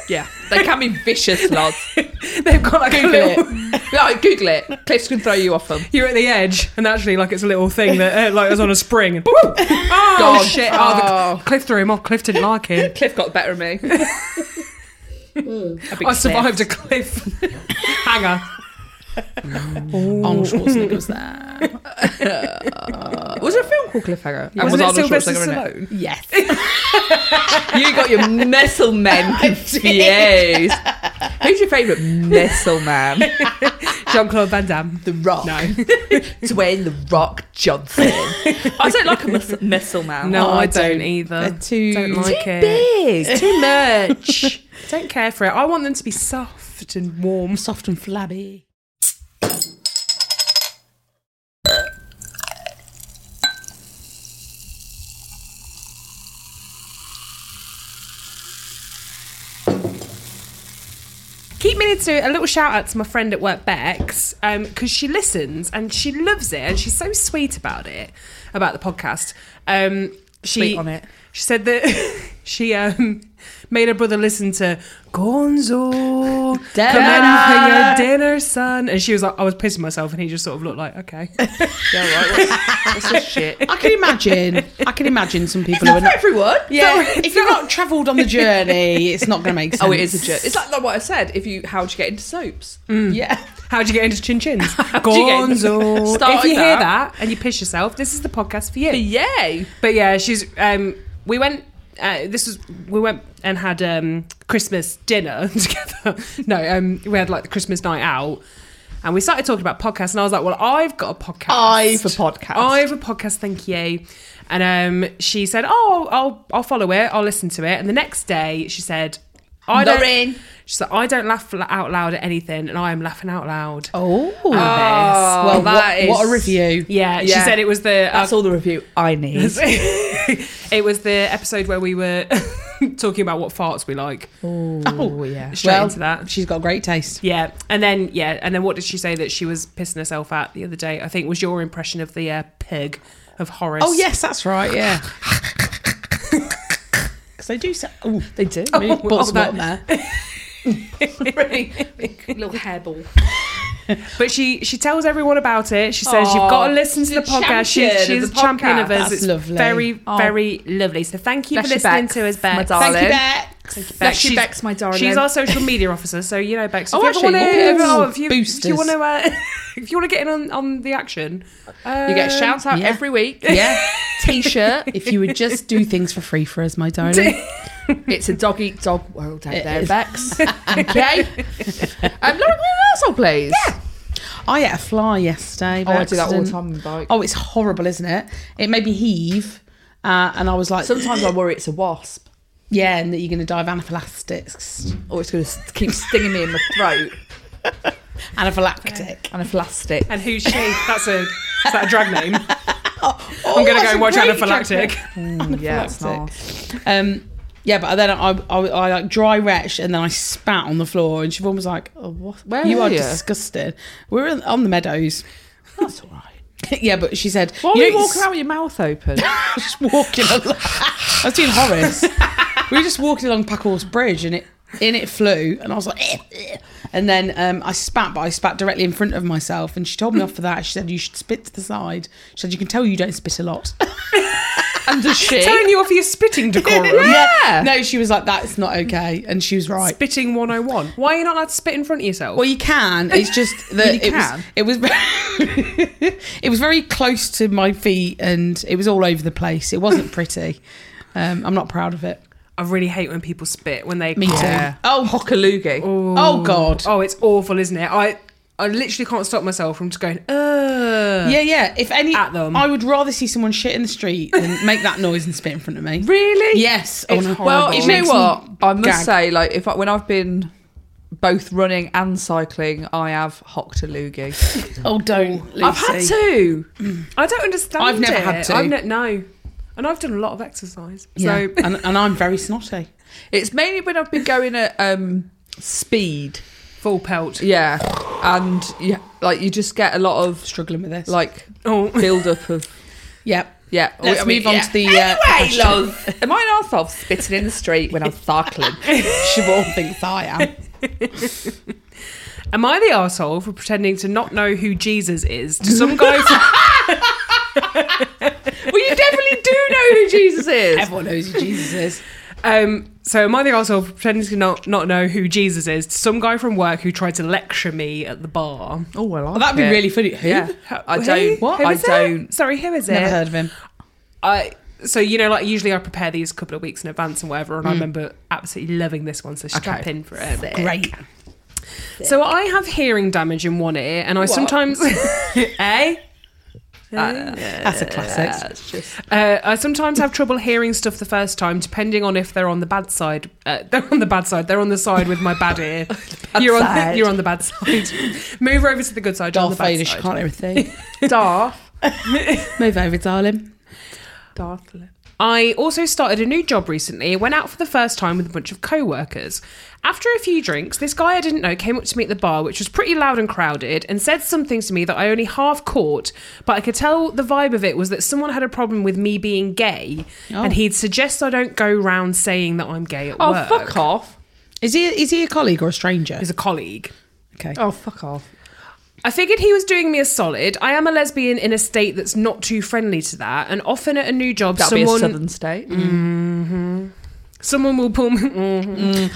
Yeah, they can be vicious, [LAUGHS] lads. They've got like a Google little. it. No, Google it. Cliffs can throw you off them. You're at the edge, and actually, like it's a little thing that uh, like was on a spring. And, oh God. shit! Oh, the- Oh. Cliff threw him off. Cliff didn't like him. Cliff got the better of me. A big I cliff. survived a cliff [LAUGHS] hanger. Arnold [LAUGHS] Schwarzenegger was there. Was there a film called Cliffhanger? And Wasn't was it Arnold Sylvester Schwarzenegger in it? Stallone? Yes. You got your missile [LAUGHS] men confused. Who's your favourite missile [LAUGHS] man? Jean Claude Van Damme. the Rock. [LAUGHS] No, Dwayne the Rock Johnson. I don't like a mis- missile man. no, Oh, I I don't don't. either. They're too- don't Too like it. Big. Too much. [LAUGHS] don't care for it. I want them to be soft and warm. Soft and flabby. Keep meaning to do a little shout out to my friend at work, Bex, because she listens and she loves it, and she's so sweet about it, about the podcast. Um, she, Sweet on it. She said that [LAUGHS] she um, made her brother listen to Gonzo, come in Dinner. for your dinner, son, and she was like, I was pissing myself, and he just sort of looked like, okay, Yeah, right. What's, what's this [LAUGHS] shit? I can imagine. I can imagine some people who are Not for not. everyone. Yeah, No, if you've not travelled on the journey, it's not going to make sense. Oh, it is a jerk. It's like, like what I said. If you, how'd you get into soaps? Yeah. how'd you get into chin [LAUGHS] chins? you get into- [LAUGHS] Gonzo. Start If you like hear that. that and you piss yourself, this is the podcast for you. Yay! But yeah, she's. Um, we went. Uh, this was we went and had um, Christmas dinner [LAUGHS] together. no, um, we had like the Christmas night out, and we started talking about podcasts. And I was like, "Well, I've got a podcast. I've a podcast. I've a podcast. Thank you." And um, she said, "Oh, I'll I'll follow it. I'll listen to it." And the next day, she said, I don't. Lauren. She's like, I don't laugh out loud at anything, and I am laughing out loud. Oh, Oh, well, that what, is- what a review. Yeah, she Yeah. said it was the. um, That's all the review I need. [LAUGHS] it was the episode where we were [LAUGHS] talking about what farts we like. oh, yeah. Straight Well, into that. She's got great taste. Yeah, and then yeah, and then what did she say that she was pissing herself at the other day? I think was your impression of the uh, pig of Horace. Oh yes, that's right. [LAUGHS] Yeah. Because they do. So- Ooh, They do. I mean, Oh, bought some that- on there. Little hairball. but she she tells everyone about it. She says Aw, you've got to listen to the she's a podcast. She, champion of she's the a champion podcast. of us. That's it's lovely. very Oh. very lovely. So thank you Bless for you, listening Beck, to us, my Beck. darling. Thank you, Beck. Bless you, She's- Bex, my darling. She's our social media officer, so you know Bex. If Oh, you ever actually, wanna- ooh, ever- oh, if you, if boosters. you want to, uh, [LAUGHS] if you want to get in on, on the action, uh, you get a shout out yeah. every week. Yeah. T-shirt. If you would just do things for free for us, my darling. It's a dog eat dog world out It there, [LAUGHS] is. Bex. okay. Um, Lauren, can you an arsehole, please? Yeah. I ate a fly yesterday. Oh, by I do that all the accident. time on the bike. Oh, it's horrible, isn't it? It made me heave, uh, and I was like, Sometimes I worry it's a wasp "Yeah," and that you're going to die of anaphylactics, or it's going to keep stinging me in my throat. anaphylactic. Anaphylactic. And who's she? That's a is that a drag name? Oh, I'm gonna go and watch Anaphylactic. Mm, yeah, it's Anaphylactic. nasty. Um, yeah, but then I, I, I like dry retched and then I spat on the floor, and Siobhan was like, oh, what? Where You were are you?" disgusted. We were on the meadows. That's all right. [LAUGHS] yeah, but she said, Why are you know, walking around with your mouth open? [LAUGHS] just walking along. I was doing Horace. we were just walking along Packhorse Bridge and it in it flew and I was like "Eh, eh." and then um, I spat but I spat directly in front of myself and she told me off for that she said you should spit to the side she said you can tell you don't spit a lot [LAUGHS] and does she? Telling you off your spitting decorum. Yeah. [LAUGHS] no she was like that's not okay and she was right Spitting 101. Why are you not allowed to spit in front of yourself? well you can it's just [LAUGHS] You that can? it was it was it was very [LAUGHS] close to my feet and it was all over the place it wasn't pretty um, I'm not proud of it I really hate when people spit when they me too Yeah. oh Hockaloogie. oh god Oh, it's awful, isn't it? I I literally can't stop myself from just going, Ugh. Yeah, yeah. If any, At them. I would rather see someone shit in the street [LAUGHS] than make that noise and spit in front of me. Really? Yes. Oh, It's no. Well, horrible. you It know makes me what? I must gag. say, like, if I, when I've been both running and cycling, I have hocked a loogie. Oh, don't. Lucy. I've had two. I don't understand. I've never it. had to. I've ne- no. And I've done a lot of exercise. Yeah. So [LAUGHS] and, and I'm very snotty. It's mainly when I've been going at um, speed. full pelt. Yeah, and yeah, like you just get a lot of Struggling with this. like Oh. [LAUGHS] build up of yeah. yeah. Let's I mean, move on yeah. to the. Uh, Anyway, love. Am I an arsehole for spitting in the street when I'm cycling? Siobhan thinks I am. Am I the asshole for pretending to not know who Jesus is to some guy [LAUGHS] from [LAUGHS] well, you definitely do know who Jesus is. Everyone knows who Jesus is. Um, so am I the arsehole for pretending to not, not know who Jesus is? Some guy from work who tried to lecture me at the bar. Oh well, Oh, that'd be really funny. Who? Yeah, I Who? don't. What? Who I is it? don't. Sorry, who is Never it? heard of him. I so you know, like usually I prepare these a couple of weeks in advance and whatever, Mm. and I remember absolutely loving this one, so strap Okay. in for it. Great. So I have hearing damage in one ear, and [LAUGHS] I sometimes, [LAUGHS] eh? That's a classic. That's just Uh, I sometimes have trouble hearing stuff the first time, depending on if they're on the bad side. Uh, [LAUGHS] they're on the bad side. They're on the side with my bad ear. you're on. side. The, you're on the bad side. [LAUGHS] Move over to the good side. you're on the Darth bad Vader, she side. can't hear a thing. Darth. Move over, darling. Darth. I also started a new job recently. Went out for the first time with a bunch of co-workers. After a few drinks, this guy I didn't know came up to me at the bar, which was pretty loud and crowded, and said some things to me that I only half caught, but I could tell the vibe of it was that someone had a problem with me being gay, and he'd suggest I don't go round saying that I'm gay at Oh work. fuck off. Is he? Is he a colleague or a stranger? As a colleague. Okay. Oh fuck off. I figured he was doing me a solid. I am a lesbian in a state that's not too friendly to that, and often at a new job, That'd be a someone southern state. Mm. someone will pull me, [LAUGHS] Mhm.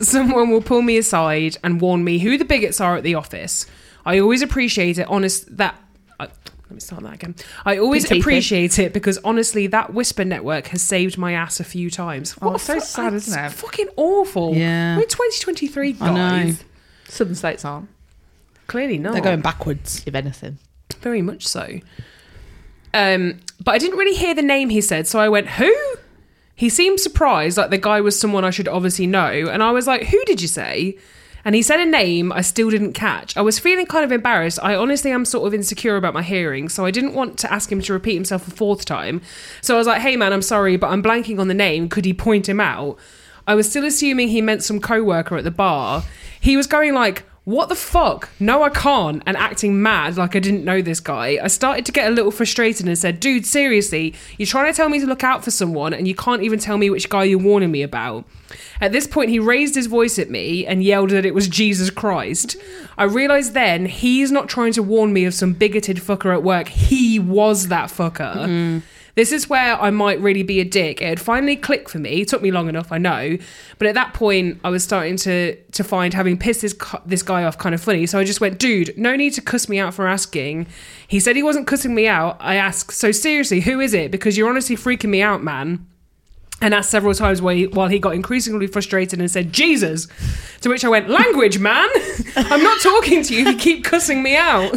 someone will pull me aside and warn me who the bigots are at the office. I always appreciate it. Honest that. I, let me start that again. I always Petite. appreciate it because honestly, that whisper network has saved my ass a few times. Oh, it's so fu- sad, it's isn't it? Fucking awful. Yeah. we're 2023 guys. I know. Southern states aren't, Clearly not. They're going backwards. if anything. Very much so. Um, but I didn't really hear the name he said, so I went, Who? He seemed surprised, like the guy was someone I should obviously know. And I was like, Who did you say? And he said a name I still didn't catch. I was feeling kind of embarrassed. I honestly am sort of insecure about my hearing, so I didn't want to ask him to repeat himself a fourth time. So I was like, Hey man, I'm sorry, but I'm blanking on the name. Could he point him out? I was still assuming he meant some co worker at the bar. He was going like, what the fuck? No, I can't. And acting mad like I didn't know this guy. I started to get a little frustrated and said, Dude, seriously, you're trying to tell me to look out for someone and you can't even tell me which guy you're warning me about. At this point, he raised his voice at me and yelled that it was Jesus Christ. I realised then he's not trying to warn me of some bigoted fucker at work. He was that fucker. This is where I might really be a dick. It had finally clicked for me. It took me long enough, I know. But at that point, I was starting to to find having pissed this, cu- this guy off kind of funny. So I just went, dude, no need to cuss me out for asking. He said he wasn't cussing me out. I asked, so seriously, who is it? Because you're honestly freaking me out, man and asked several times while he, while he got increasingly frustrated and said, Jesus. To which I went, Language, man! [LAUGHS] I'm not talking to you if you keep cussing me out.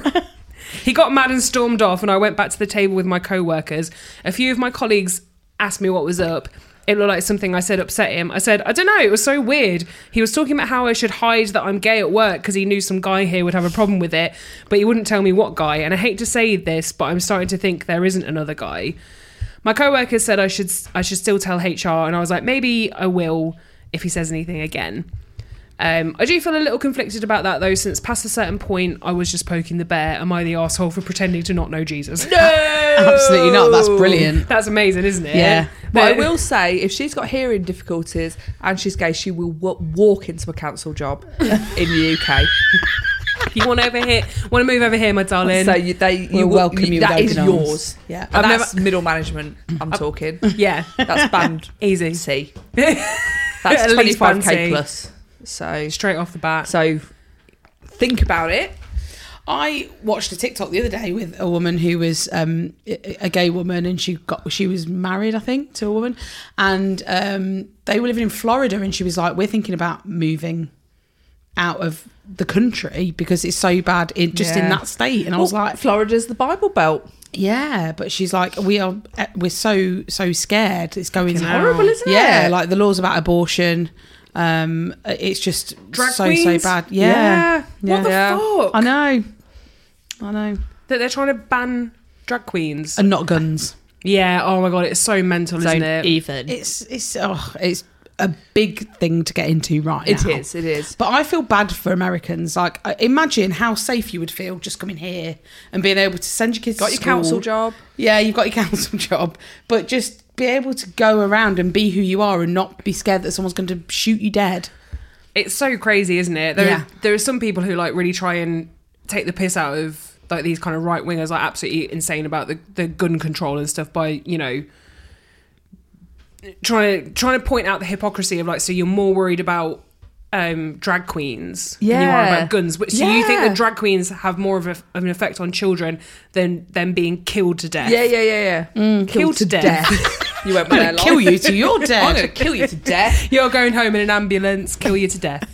He got mad and stormed off, and I went back to the table with my co workers. A few of my colleagues asked me what was up. It looked like something I said upset him. I said, I don't know, it was so weird. He was talking about how I should hide that I'm gay at work because he knew some guy here would have a problem with it, but he wouldn't tell me what guy. And I hate to say this, but I'm starting to think there isn't another guy. My coworker said I should I should still tell HR, and I was like, maybe I will if he says anything again. Um, I do feel a little conflicted about that though, since past a certain point, I was just poking the bear. Am I the asshole for pretending to not know Jesus? Oh. Absolutely not. That's brilliant. [LAUGHS] That's amazing, isn't it? Yeah. But I will say, if she's got hearing difficulties and she's gay, she will w- walk into a council job in the UK. You want over here? Want to move over here, my darling? so you, they, you We'll will- welcome you That with is open arms. yours. Yeah. And I've that's middle management. I'm talking. [LAUGHS] yeah, That's band easy. C. At That's least band 25k C. plus. So, Straight off the bat. so think about it. I watched a TikTok the other day with a woman who was um, a a gay woman, and she got she was married, I think, to a woman, and um, they were living in Florida, and she was like, "We're thinking about moving out of the country because it's so bad in just in Yeah. that state." And I was Well, like, Oh, Florida's the Bible Belt. "Yeah," but she's like, "We are eh, we're so so scared. It's going Fucking to hell. Horrible, isn't yeah, it? like the laws about abortion. Um, it's just Drag so so queens? bad. Yeah, Yeah. What the Yeah. fuck? I know, I know, that they're trying to ban drag queens. and not guns." Yeah. Oh my god, it's so mental, isn't it? even. It's it's oh, it's a big thing to get into right It is. now. It is. But I feel bad for Americans. Like, I- imagine how safe you would feel just coming here and being able to send your kids. Got to your school. council job. Yeah, you've got your [LAUGHS] council job, but just be able to go around and be who you are and not be scared that someone's going to shoot you dead. [LAUGHS] It's so crazy, isn't it? There, Yeah. there are some people who like really try and take the piss out of like these kind of right wingers, like absolutely insane about the, the gun control and stuff by you know trying to trying to point out the hypocrisy of like so you're more worried about um drag queens than you are Yeah. about guns. Which so you think Yeah. that drag queens have more of, a, of an effect on children than them being killed to death? Yeah, yeah, yeah, yeah. Killed to death. you went with their life. Kill you till [LAUGHS] you're [LAUGHS] I'm going dead. to kill you to death. You're going home in an ambulance, kill you to [LAUGHS] death.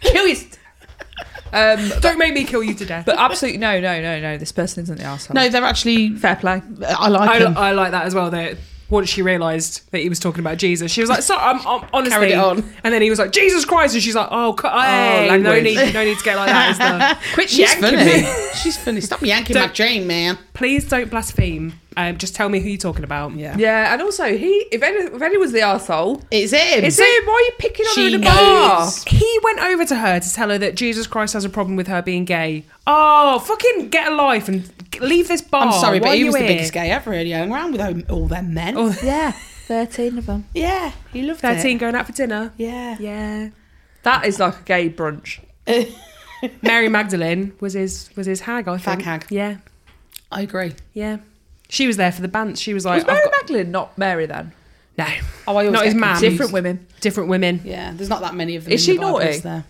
kill you. To death. Um, Don't make me kill you to death. but absolutely no, no, no, no. This person isn't the asshole. no, they're actually. fair play. I like I, them. I like that as well. That once she realised that he was talking about Jesus, she was like, "So, I'm, I'm honestly." Carried it on. And then he was like, "Jesus Christ!" And she's like, "Oh, cu- hey, no language. need, no need to get like that." Is [LAUGHS] the, Quit She's yanking funny. me. She's funny. Stop yanking Don't- my chain, man. Please don't blaspheme. Um, just tell me who you're talking about. Yeah. Yeah, and also he, if any, if any was the asshole, It's him. it's him. Why are you picking on her She in a bar? knows. He went over to her to tell her that Jesus Christ has a problem with her being gay. Oh, fucking get a life and g- leave this bar. I'm sorry, Oh, Why but are he you was the here? biggest gay ever. And he hung around with all- all them men. Oh, Yeah, 13 of them. Yeah, he loved 13 it. going out for dinner. Yeah. [LAUGHS] Yeah. That is like a gay brunch. Mary Magdalene was his was his hag, I think. Fag hag. Yeah. I agree. Yeah. She was there for the bants. She was like, Was Mary I've got- Magdalene not Mary then? no, Oh, I always not get his mum. Different women. Different women. Yeah, there's not that many of them. Is in she the Bible, naughty? is there?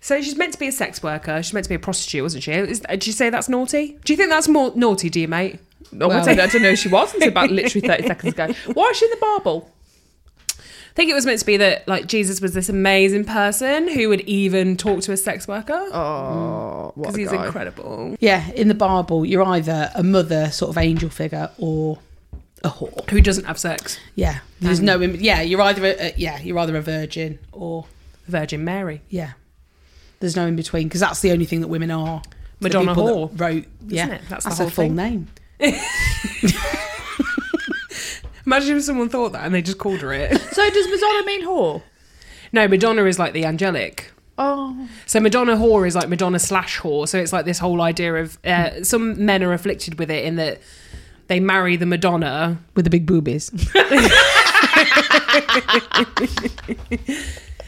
So she's meant to be a sex worker. She's meant to be a prostitute, wasn't she? Is, did you say that's naughty? Do you think that's more naughty, do you, mate? [LAUGHS] No, Well- I, don't, I don't know who she was until about literally 30 seconds [LAUGHS] ago. Why is she in the barbel? I think it was meant to be that like Jesus was this amazing person who would even talk to a sex worker Oh, what because he's incredible. Yeah, in the Bible, you're either a mother sort of angel figure or a whore. Who doesn't have sex? Yeah, there's Um, no. in- Yeah, you're either a, a- yeah you're either a virgin or Virgin Mary. yeah. There's no in between because that's the only thing that women are. to the Madonna people that whore. wrote. Yeah, it? That's that's, her the whole full thing. name. Imagine if someone thought that and they just called her it. [LAUGHS] So does Madonna mean whore? no, Madonna is like the angelic. Oh, So Madonna whore is like Madonna slash whore. So it's like this whole idea of uh, some men are afflicted with it in that they marry the Madonna With the big boobies.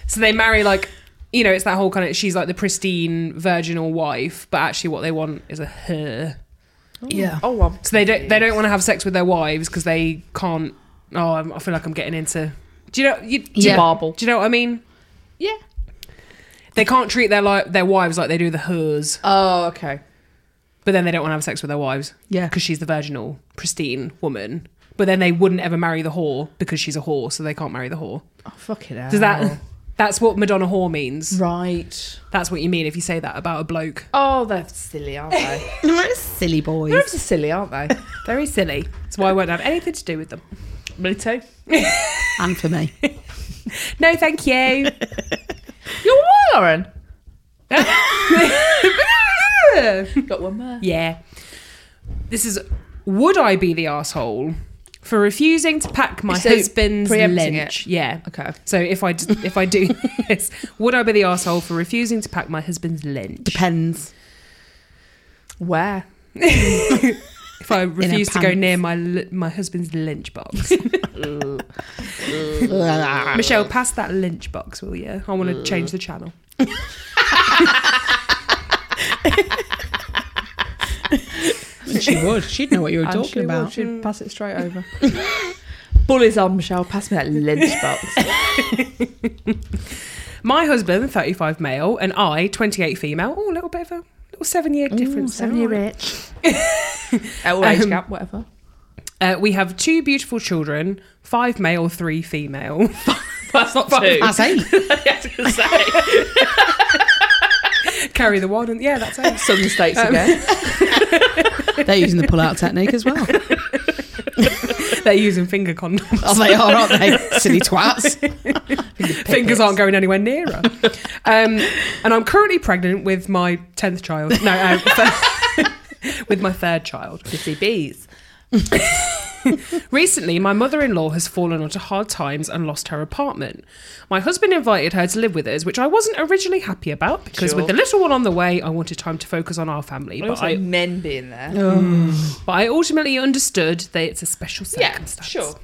So they marry like you know, it's that whole kind of she's like the pristine virginal wife, but actually what they want is a her. yeah. [LAUGHS] oh, well. So they don't they don't want to have sex with their wives because they can't. Oh, I'm, I feel like I'm getting into. Do you know? You, do Yeah. You, Marble. Do you know what I mean? Yeah. They can't treat their li- their wives like they do the hers, Oh, okay. but then they don't want to have sex with their wives Yeah. because she's the virginal, pristine woman. But then they wouldn't ever marry the whore because she's a whore, so they can't marry the whore. Oh, fucking hell. Does that? [LAUGHS] That's what Madonna whore means. Right. That's what you mean if you say that about a bloke. Oh, they're silly, aren't [LAUGHS] they? Silly they're boys. silly, aren't [LAUGHS] they? Very silly. That's why I won't have anything to do with them. Me too. and for me. No, thank you. You're what, Lauren? [LAUGHS] Got one more. [LAUGHS] yeah. This is would I be the asshole for refusing to pack my So, husband's preempting lunch? Yeah. Okay. So if I d- if I do [LAUGHS] this, would I be the asshole for refusing to pack my husband's lunch? Depends. Where? If I refuse to go pants. near my l- my husband's lunch box, Michelle. Michelle, pass that lunch box, will you? I want to change the channel. She would. She'd know what you were And talking she will, about. she'd pass it straight [LAUGHS] over. Bullies on, Michelle. Pass me that lynch [LAUGHS] box. My husband, 35 male, and I, 28 female. Oh, a little bit of a little seven year difference. there, all right. rich. Or age Um, gap, whatever. Uh, we have two beautiful children, five male, three female. That's not two. [LAUGHS] That's eight. [LAUGHS] Carry the one, and yeah, [LAUGHS] that's it. Southern states [LAUGHS] again. They're using the pull-out technique as well. They're using finger condoms. Oh, they are, aren't they? Silly twats. Fingers aren't going [LAUGHS] anywhere nearer. Um, and I'm currently pregnant with my tenth child. No, uh, [LAUGHS] thir- with my third child. Busy bees. Recently, my mother in law has fallen onto hard times and lost her apartment. My husband invited her to live with us, which I wasn't originally happy about because Sure. with the little one on the way, I wanted time to focus on our family. But I, men being there. but I ultimately understood that it's a special yeah, circumstance. sure.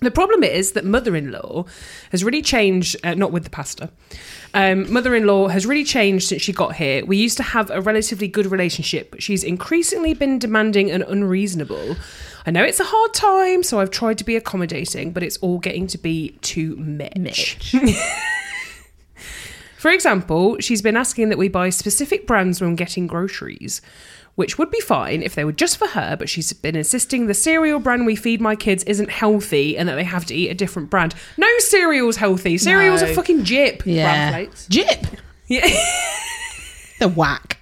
The problem is that mother-in-law has really changed. Uh, not with the pasta. Um, mother-in-law has really changed since she got here. We used to have a relatively good relationship, but she's increasingly been demanding and unreasonable. I know it's a hard time, so I've tried to be accommodating, but it's all getting to be too much. For example, she's been asking that we buy specific brands when getting groceries, which would be fine if they were just for her, but she's been insisting the cereal brand we feed my kids isn't healthy and that they have to eat a different brand. No cereal's healthy. Cereal's No. a fucking jip. Yeah. Brown plates. [LAUGHS] Jip. Yeah. The whack.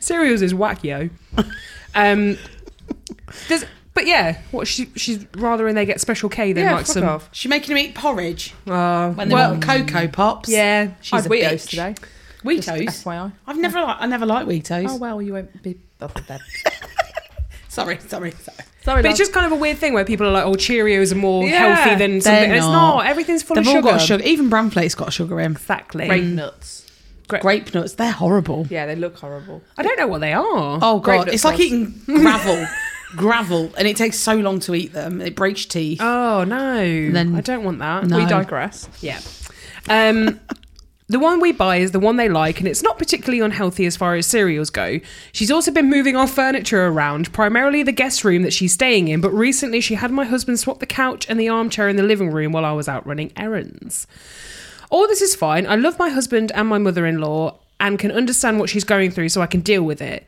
cereals is whack, yo. Um, there's, but yeah, what she, she's rather in they get special K than Yeah, like fuck some. off. She's making him eat porridge Uh, when they well, want cocoa pops. yeah, She's I a had Wheatos bitch. today. Wheatos. FYI. I've never, li- I never liked Wheatos. Oh, well, you won't be bothered then. Sorry, sorry, sorry. Sorry, But it's just kind of a weird thing where people are like, "Oh, Cheerios are more Yeah, healthy than something." And It's not. not. Everything's full They've of all sugar. got sugar. Even bran flakes got sugar in. Exactly. grape nuts. Grape nuts, they're horrible. Yeah, they look horrible. I don't know what they are. Oh Grape god, nut it's like sauce. eating [LAUGHS] gravel, gravel, and it takes so long to eat them. It breaks your teeth. Oh, no, Then- I don't want that. No. We digress. Yeah. Um, [LAUGHS] the one we buy is the one they like, and it's not particularly unhealthy as far as cereals go. She's also been moving our furniture around, primarily the guest room that she's staying in, but recently she had my husband swap the couch and the armchair in the living room while I was out running errands. All this is fine. I love my husband and my mother in law and can understand what she's going through so I can deal with it.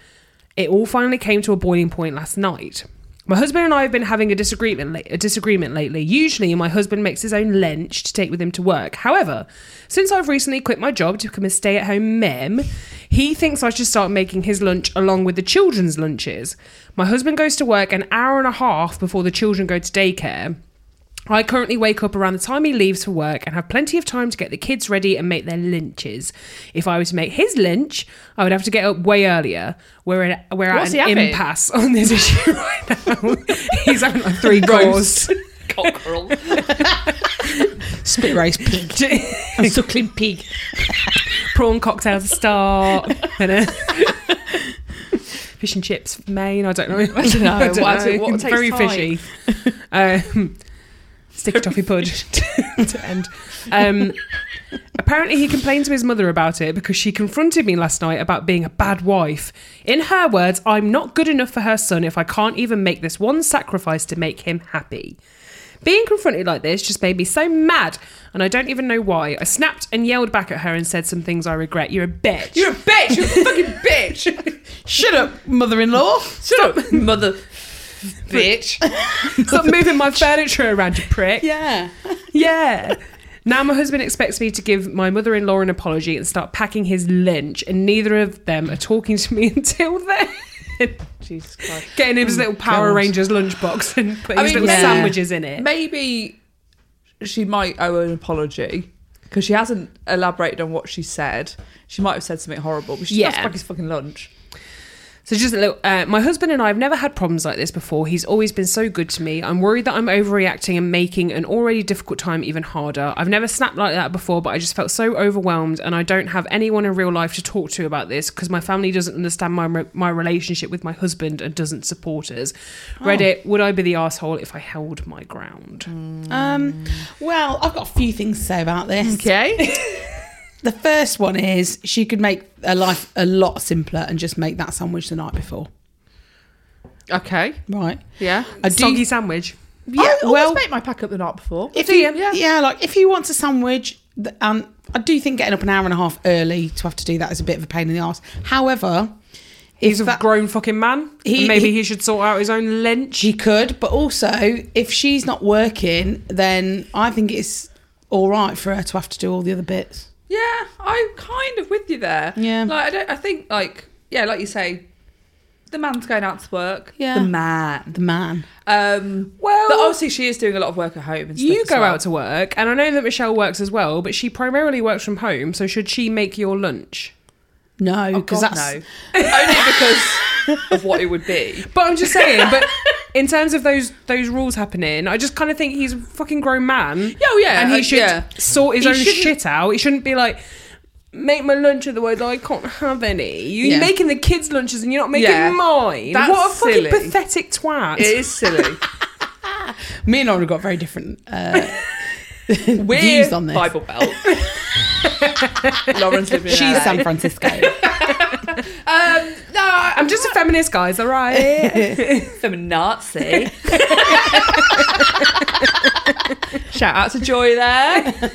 It all finally came to a boiling point last night. My husband and I have been having a disagreement la- a disagreement lately. Usually, my husband makes his own lunch to take with him to work. However, since I've recently quit my job to become a stay-at-home mem, he thinks I should start making his lunch along with the children's lunches. My husband goes to work an hour and a half before the children go to daycare. I currently wake up around the time he leaves for work and have plenty of time to get the kids ready and make their lunches. If I were to make his lunch, I would have to get up way earlier. We're, at we're What's at he an having? impasse on this [LAUGHS] issue [LAUGHS] right now. He's having like three Roast. roast. Cockerel. Oh. Spit roast [LAUGHS] pig. A suckling pig. Prawn cocktail [LAUGHS] to start. And a [LAUGHS] fish and chips, for Maine. I don't know. [LAUGHS] I don't know. What- what takes Very time? fishy. [LAUGHS] Um, stick [LAUGHS] a toffee pud to, [LAUGHS] to end. Um, apparently, he complained to his mother about it because she confronted me last night about being a bad wife. In her words, I'm not good enough for her son if I can't even make this one sacrifice to make him happy. Being confronted like this just made me so mad, and I don't even know why. I snapped and yelled back at her and said some things I regret. You're a bitch. You're a bitch. You're a fucking bitch. [LAUGHS] Shut up, mother-in-law. Shut up, mother bitch. [LAUGHS] Stop moving my furniture around, you prick. Yeah. Yeah. Now my husband expects me to give my mother-in-law an apology and start packing his lunch, and neither of them are talking to me [LAUGHS] until then. Jesus Christ. Getting him his little Power God. Rangers lunchbox and putting I his mean, little yeah. sandwiches in it. Maybe she might owe an apology because she hasn't elaborated on what she said. She might have said something horrible, but she Yeah. yeah. back his fucking lunch. So just a little. Uh, my husband and I have never had problems like this before. He's always been so good to me. I'm worried that I'm overreacting and making an already difficult time even harder. I've never snapped like that before, but I just felt so overwhelmed, and I don't have anyone in real life to talk to about this because my family doesn't understand my re- my relationship with my husband and doesn't support us. Oh. Reddit: Would I be the asshole if I held my ground? Um, well, I've got a few things to say about this. Okay. [LAUGHS] The first one is she could make her life a lot simpler and just make that sandwich the night before. okay. Right. Yeah. I do. Soggy sandwich. Yeah. I well, well- always make my pack up the night before. if Do you, you? yeah. like if he wants a sandwich, th- um, I do think getting up an hour and a half early to have to do that is a bit of a pain in the ass. However, He's if a that, grown fucking man. He- Maybe he, he- should sort out his own lynch. she could, but also if she's not working, then I think it's all right for her to have to do all the other bits. Yeah, I'm kind of with you there. Yeah. Like I don't I think like yeah, like you say, the man's going out to work. Yeah. The man. The man. Um Well, but obviously she is doing a lot of work at home and stuff You as go well. out to work, and I know that Michelle works as well, but she primarily works from home. So should she make your lunch? No, Oh, because God, that's no. only because of what it would be. But I'm just saying. [LAUGHS] but in terms of those those rules happening, I just kind of think he's a fucking grown man, Oh yeah. and he uh, should yeah. sort his He own shouldn't- shit out. He shouldn't be like. Make my lunch, otherwise I can't have any. You're Yeah. making the kids' lunches and you're not making Yeah. mine. That's what a fucking silly. pathetic twat. It is [LAUGHS] silly. me and Nora got very different uh, [LAUGHS] [LAUGHS] We're views on this. Bible Belt. [LAUGHS] Lauren's living in She's LA. San Francisco. [LAUGHS] Um, no, I- I'm just a feminist, guys. [LAUGHS] All right. Some Nazi. shout out to Joy there.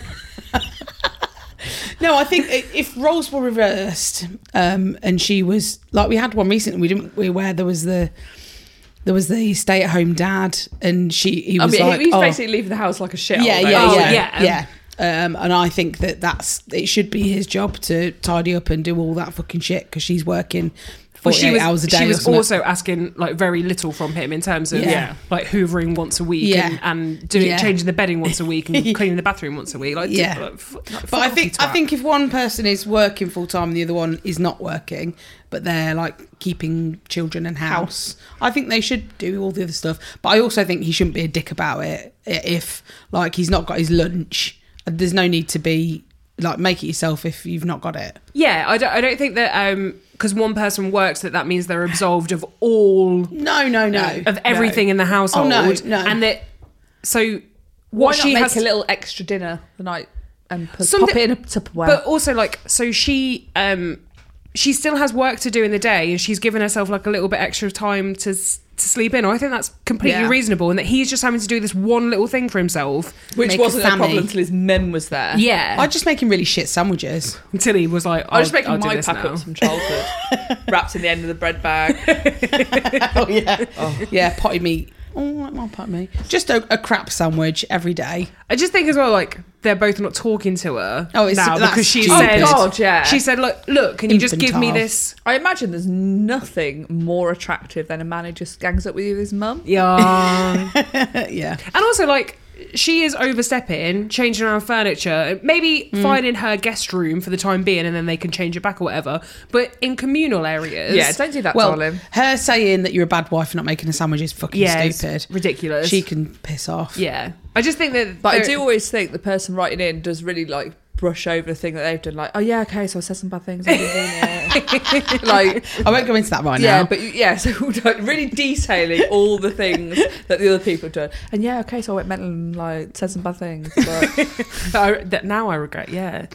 No, I think i- if roles were reversed, um, and she was like, we had one recently. We didn't. We where there was the there was the stay at home dad, and she he I was mean, like, he's oh, basically leaving the house like a shit. yeah, hole, yeah, basically. yeah, yeah. yeah, Um, and I think that that's it should be his job to tidy up and do all that fucking shit because she's working Well, forty eight she was, hours a day. she or was something. also asking like very little from him in terms of Yeah. like hoovering once a week Yeah. and, and doing Yeah. changing the bedding once a [LAUGHS] week and cleaning the bathroom once a week. Like, Yeah. yeah. like, f- like, But I fuck think you, I twat. think if one person is working full time and the other one is not working, but they're like keeping children and house, I think they should do all the other stuff. But I also think he shouldn't be a dick about it. I- If like he's not got his lunch, there's no need to be like make it yourself if you've not got it. yeah, I don't I don't think that um because one person works that that means they're absolved of all No, no, no. Oh, of everything in the household. no. and that so Why what not she make has a little extra dinner the night and put, Something- pop it in a Tupperware? But also, like, so she um she still has work to do in the day, and she's given herself like a little bit extra time to s- to sleep in. Or I think that's completely Yeah. reasonable, and that he's just having to do this one little thing for himself Which Make a wasn't a, family. problem until his mum was there. Yeah. I just make him really shit sandwiches. until he was like, I was just making I'll do my this pack now. ups from childhood, [LAUGHS] wrapped in the end of the bread bag. [LAUGHS] Oh yeah, [LAUGHS] yeah, potted meat. Oh, like my potted meat. Just a, a crap sandwich every day. I just think as well, like they're both not talking to her. Oh, it's- now that's because she stupid. said, [LAUGHS] Oh, God, yeah. She said, look, look, can you just give me Infantile. this? I imagine there's nothing more attractive than a man who just gangs up with you with his mum. [LAUGHS] Yeah. [LAUGHS] yeah, And also, like, she is overstepping, changing around furniture, maybe Mm. finding her guest room for the time being, and then they can change it back or whatever. But in communal areas, Yeah, don't do that, well, darling. her saying that you're a bad wife for not making a sandwich is fucking yeah, it's stupid. ridiculous. She can piss off. yeah, I just think that, But I there- [LAUGHS] do always think the person writing in does really like brush over the thing that they've done. Like, oh yeah, okay, so I said some bad things. I didn't mean [LAUGHS] it." like, I won't go into that right yeah, now. but you- yeah, so [LAUGHS] like, really detailing all the things that the other people have done. And yeah, okay, so I went mental and like said some bad things. [LAUGHS] But I- that now I regret. Yeah,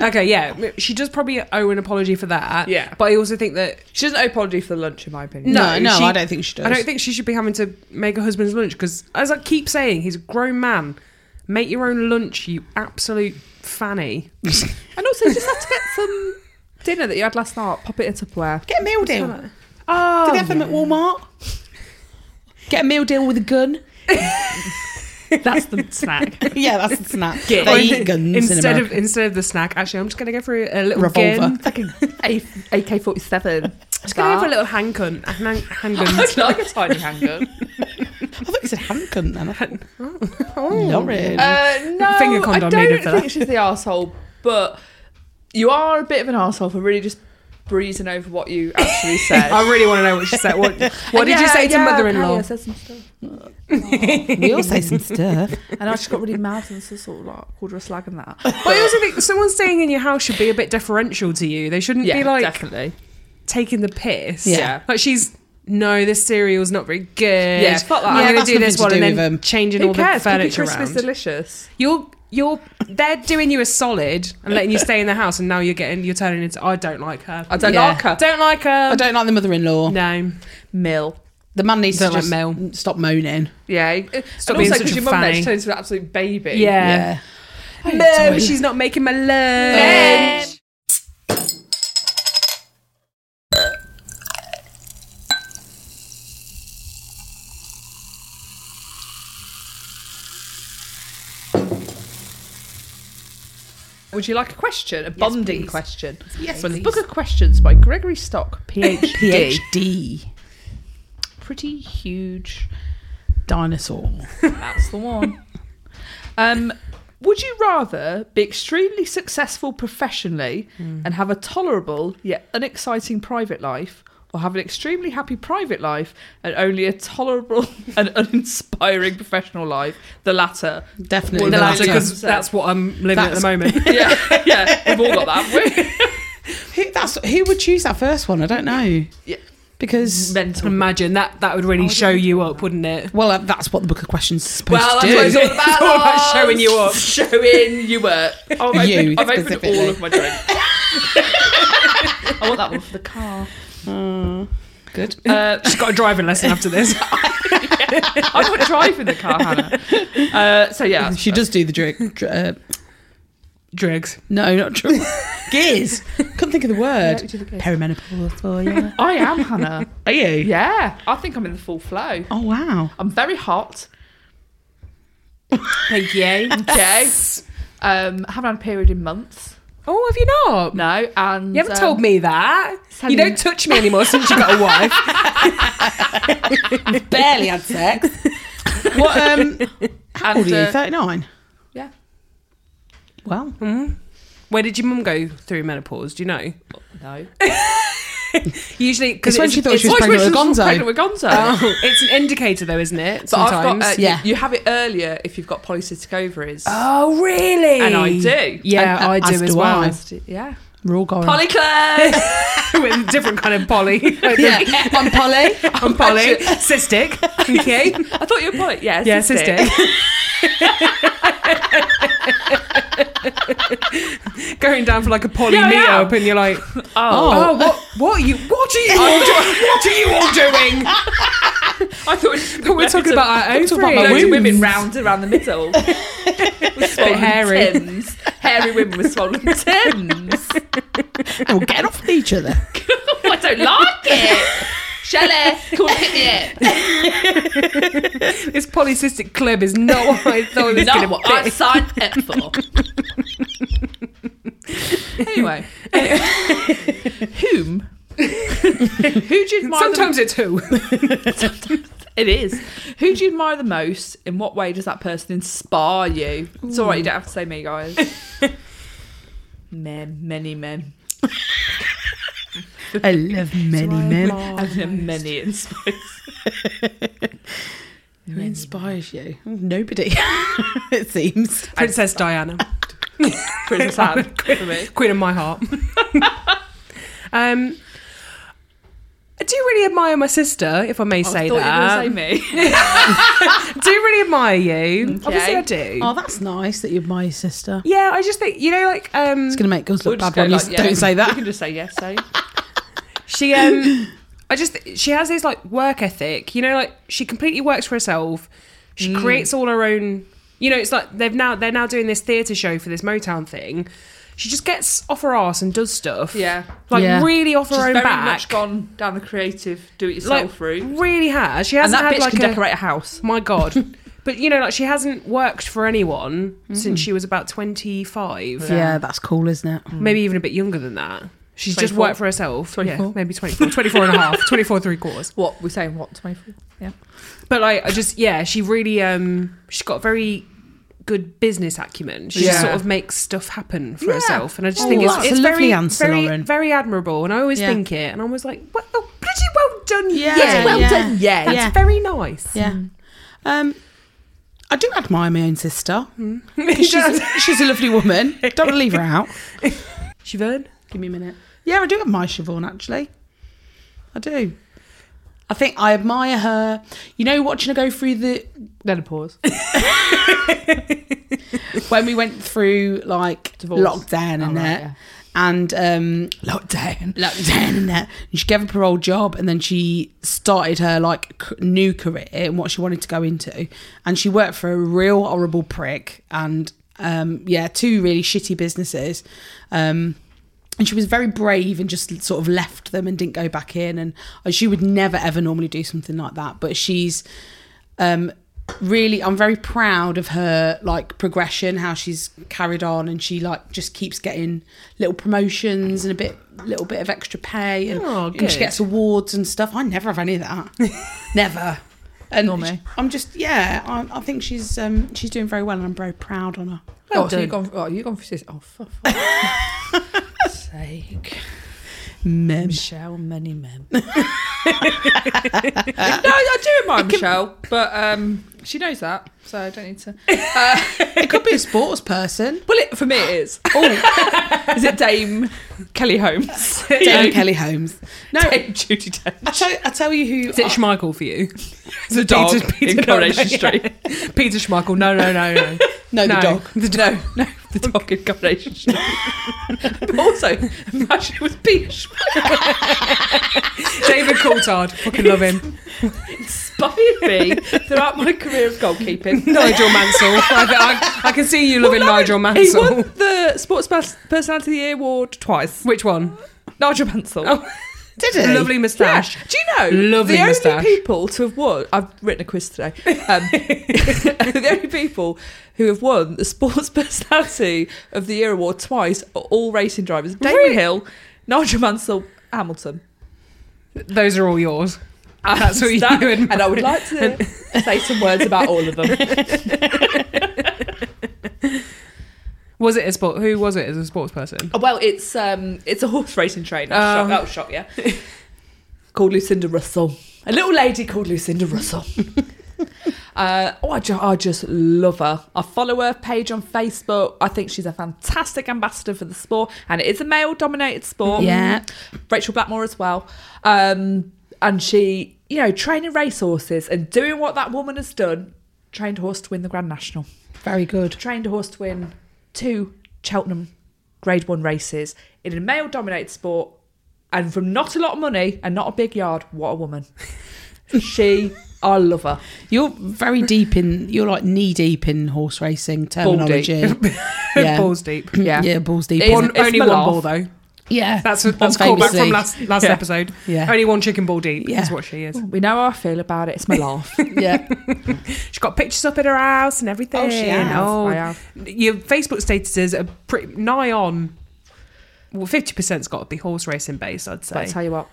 okay, yeah, she does probably owe an apology for that. Yeah. but I also think that she doesn't owe apology for the lunch, in my opinion. no, no, no, she- I don't think she does. I don't think she should be having to make her husband's lunch because, as I keep saying, he's a grown man. Make your own lunch, you absolute [LAUGHS] fanny. And also, you just had to get some dinner that you had last night. Pop it in Tupperware. Get a meal deal. Did Oh, they have them at Walmart? Get a meal deal with a gun. [LAUGHS] That's the snack. yeah, that's a snack. Get- they Or [LAUGHS] eat guns instead in of instead of the snack. Actually, I'm just gonna go for a, a little Revolver. gun. Like a AK forty seven. Just gonna go for [LAUGHS] a little handgun. A hand, [LAUGHS] handgun. like a tiny handgun. I thought you said hand cunt then. I thought- [LAUGHS] Oh. Not really. Uh, no, Finger condom I don't needed for think that. she's the asshole, but you are a bit of an asshole for really just breezing over what you [LAUGHS] actually said. I really want to know what she said. What, what did you Yeah, say to yeah, mother-in-law? okay, I said some stuff, [LAUGHS] we all say some stuff. and I just got really mad and so sort of like called her a slag and that. [LAUGHS] But I also think someone staying in your house should be a bit deferential to you. They shouldn't be like definitely. taking the piss. Yeah. Like she's no, this cereal's not very good. Yeah, fuck that. I'm Yeah, gonna that's do this nothing to one do and with then 'em. changing Who all cares? the Cookie furniture Christmas around. delicious. You're you're they're doing you a solid and letting you stay in the house, and now you're getting you're turning into I don't like her. I don't Yeah. like her. don't like her. I don't like the mother-in-law. No. Mill. The man needs to Don't like just Mel. stop moaning. Yeah, Stop and also being such because a your mum fanny. makes turns into an absolute baby. Yeah. No, she's not making my lunch. Would you like a question? A bonding question? Yes, From the Book of Questions by Gregory Stock, [LAUGHS] PhD. PhD Pretty huge. dinosaur. That's the one. [LAUGHS] um, would you rather be extremely successful professionally and have a tolerable yet unexciting private life, or have an extremely happy private life and only a tolerable [LAUGHS] and uninspiring professional life? The latter. Definitely The the latter, latter. Because that's what I'm living at the That's- [LAUGHS] moment. [LAUGHS] Yeah, yeah, we've all got that. haven't Who, that's who would choose that first one? I don't know. Yeah. Because we? [LAUGHS] Mental. Imagine that that would really show you up, wouldn't it? well, uh, that's what the book of questions is [LAUGHS] supposed Well, to that's do. what it's all about. It's all about showing you up. Showing you up. [LAUGHS] Oh, I've You, opened, I've opened specifically. all of my [LAUGHS] drinks. I want that one for the car. Good. Uh, She's got a driving lesson after this. I'm not driving the car, [LAUGHS] Hannah. Uh, so yeah, She does do the drink. dr- Uh, Drugs. no, [LAUGHS] not drink. Gears. Couldn't think of the word. Perimenopause for [LAUGHS] you. I am Hannah. Are you? Yeah, I think I'm in the full flow. Oh wow. I'm very hot. Thank you. [LAUGHS] Okay. Um, haven't had a period in months. Oh, have you not? No, and [LAUGHS] You haven't um, told me that. Sally- You don't touch me anymore since you [LAUGHS] got a wife. Barely [LAUGHS] had sex. what? Um, how And, old are you? uh, Thirty nine. Yeah. Well, Where did your mum go through menopause? Do you know? [LAUGHS] No. Usually, It's when she thought she was it's- pregnant with Gonzo. Gonzo. Pregnant with Gonzo. Oh, it's an indicator, though, isn't it? But Sometimes. I've got. Uh, Yeah. You have it earlier if you've got polycystic ovaries. oh, really? And I do. Yeah, And- I do as as do well. I. Yeah. we're all going. Oh. Polyclone. [LAUGHS] with a different kind of [LAUGHS] poly. [LAUGHS] Yeah, I'm Polly. [LAUGHS] I'm poly. Cystic. Okay. [LAUGHS] I thought you were poly. Yeah, Yeah, cystic. cystic. [LAUGHS] Going down for like a poly Yeah, I am. meetup, and you're like, Oh. oh, what, what are you, what are you, all do- what are you all doing? I thought we But we're talking about our own Talk about three. my loads of wounds. women round around the middle. with swollen hairy. Tims. Hairy women with [LAUGHS] swollen tims. Oh, Oh, get off each other. I don't like it. Shelley, come and pick me This polycystic club is not what I thought it was up. going Not to what I signed up for. anyway, [LAUGHS] [LAUGHS] whom? Who do you admire? the- Sometimes it's who. it is. Who do you admire the most? In what way does that person inspire you? It's all right. You don't have to say me, [LAUGHS] guys. men, many men. I love many men. Oh, I've known Oh, many inspire. Who inspires you? Oh, Nobody, [LAUGHS] it seems. Princess Diana, Princess Anne for me. [LAUGHS] queen of my heart. um, I do really admire my sister, if I may say Oh, I thought that. you were going to say me. I do really admire you. Obviously, I do. Oh, that's nice that you admire your sister. yeah, I just think you know, like um, It's going to make girls We'll look just bad go when like, you yeah. don't say You that. can just say yes, say. she [COUGHS] um, I just she has this like work ethic. You know, like she completely works for herself. She Mm. creates all her own. You know, it's like they've now they're now doing this theatre show for this Motown thing. She just gets off her ass and does stuff. [LAUGHS] Yeah. like Yeah. really off her She's own very back. much gone down the creative do-it-yourself like route. really has. She And hasn't that bitch had like can a decorate a house. [LAUGHS] my god. [LAUGHS] but you know, like she hasn't worked for anyone since she was about twenty five, Yeah, that's cool, isn't it? maybe even a bit younger than that. She's just 24. worked for herself. 24. Yeah, maybe 24, 24 and a [LAUGHS] half, 24 three quarters. What we're saying? What twenty-four? Yeah. But like, I just yeah, she really um, she's got very good business acumen. She just Yeah. sort of makes stuff happen for Yeah. herself, and I just Oh, think it's, that's a it's lovely very, answer, very, Lauren. very admirable. And I always Yeah. think it, and I'm always like, well, oh, bloody well done, Yeah, yeah, well yeah. done, yeah. That's Yeah. [LAUGHS] very nice. [LAUGHS] Yeah. Mm. Um, I do admire my own [LAUGHS] sister. She's, she's a lovely woman. Don't leave her [LAUGHS] out. Siobhan? Give me a minute. Yeah, I do admire Siobhan, actually. I do. I think I admire her. You know, watching her go through the. Then a pause. When we went through, like, Divorce. lockdown and Oh, right, that. yeah. And um, lockdown, lockdown, and that. And she gave up her old job, and then she started her like c- new career and what she wanted to go into. And she worked for a real horrible prick, and um, yeah, two really shitty businesses. Um, and she was very brave and just sort of left them and didn't go back in. And uh, she would never ever normally do something like that, but she's um, really i'm very proud of her like progression how she's carried on and she like just keeps getting little promotions and a bit little bit of extra pay and, Oh, and she good. gets awards and stuff i never have any of [LAUGHS] that never and Nor me. i'm just yeah I, I think she's um she's doing very well and i'm very proud on her Oh, Well so you've done. gone. Oh, you've gone for six. Oh, for fuck's sake, Mem. Michelle, many men. no, I do admire Michelle, but um, she knows that, so I don't need to. it could be a sports [LAUGHS] person Well, it, for me it [LAUGHS] is. Oh. is it Dame Kelly [LAUGHS] Holmes? Dame Kelly Holmes. No, I Dame Judy Dench. tell, I tell you who. Is it Schmeichel for [LAUGHS] you? The Peter- dog Peter- in Coronation yeah. Street. Peter Schmeichel. No, no, [LAUGHS] no, no. no, the no. dog. The dog. No, no, the dog in Coronation Street. but [LAUGHS] also, imagine it was Peter Schmeichel David Coulthard. Fucking love him. inspired me throughout my career of goalkeeping. [LAUGHS] Nigel Mansell. I, I, I can see you loving Nigel He won Mansell. the Sports Pers- Personality of the Year award twice. Which one? Nigel Mansell. Oh, Did he? Lovely moustache. Yeah. Do you know Lovely the only moustache. people to have won? I've written a quiz today. Um, [LAUGHS] the only people who have won the Sports Personality of the Year award twice are all racing drivers: David Really? Hill, Nigel Mansell, Hamilton. Those are all yours. That's what you That- admire. And I would like [LAUGHS] to say some words about all of them. Was it a sport? Who was it as a [LAUGHS] sports person? Oh, Well, it's um, it's a horse racing trainer. Um, That'll shock you. Oh. [LAUGHS] called Lucinda Russell. A little lady called Lucinda [LAUGHS] Russell. uh, oh, I, ju- I just love her. I follow her page on Facebook. I think she's a fantastic ambassador for the sport, and it is a male-dominated sport. Mm. Yeah. Rachel Blackmore as well. Um, and she, you know, training racehorses and doing what that woman has done. Trained a horse to win the Grand National Very good. trained a horse to win two Cheltenham Grade One races in a male-dominated [LAUGHS] sport, and from not a lot of money and not a big yard. What a woman! She I love her. You're very deep in. You're like knee deep in horse racing terminology. yeah. Balls deep. Yeah. yeah, balls deep. It is- One, it's only one Malaf. ball though. yeah, That's One that's famous callback from league. last last Yeah. episode. Yeah. Only one chicken ball deep Yeah. is what she is. We know how I feel about [LAUGHS] it. It's my laugh. Yeah, She's got pictures up at her house and everything. Oh, she has. Oh. I have. your Facebook statuses are pretty nigh on. Well, fifty percent's got to be horse racing based, I'd But I say. tell you what,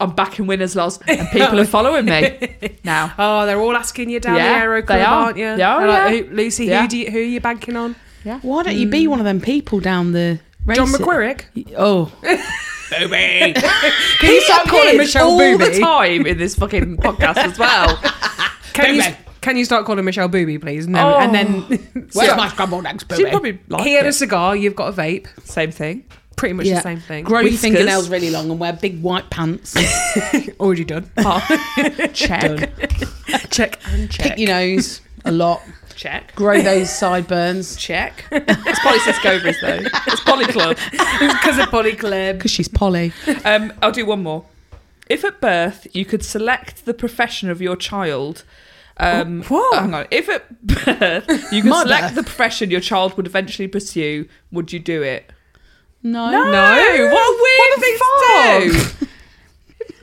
I'm back in winners' laws, [LAUGHS] and people are following [LAUGHS] me now. Oh, they're all asking you down Yeah, the Aero they Club, are. aren't you? They are, They're like, yeah. "Who- Lucy, Yeah. who do you, who are you banking on? [LAUGHS] why don't you be one of them people down the race? John McQuirrick. Oh, Can you stop calling Michelle all Booby? the time in this [LAUGHS] fucking podcast as well? Can you can you start calling Michelle Booby, please? And then, Oh. and [LAUGHS] then where's Yeah. my scrambled eggs, She baby? probably liked he had a it. cigar. You've got a vape. Same [LAUGHS] thing. Pretty much Yeah. the same thing. Grow your Whiskers. fingernails really long and wear big white [LAUGHS] pants. Already done. Check. check Pick and check. your nose a lot. Check. Grow [LAUGHS] those sideburns Check. It's Polycisco Gobras though. It's Poly Club. Because of body [LAUGHS] club. because she's Polly. Um, I'll do one more. If at birth you could select the profession of your child, um, What? oh, hang on. If at birth you could Mother. select the profession your child would eventually pursue, would you do it? No, No, what a weird the thing to do.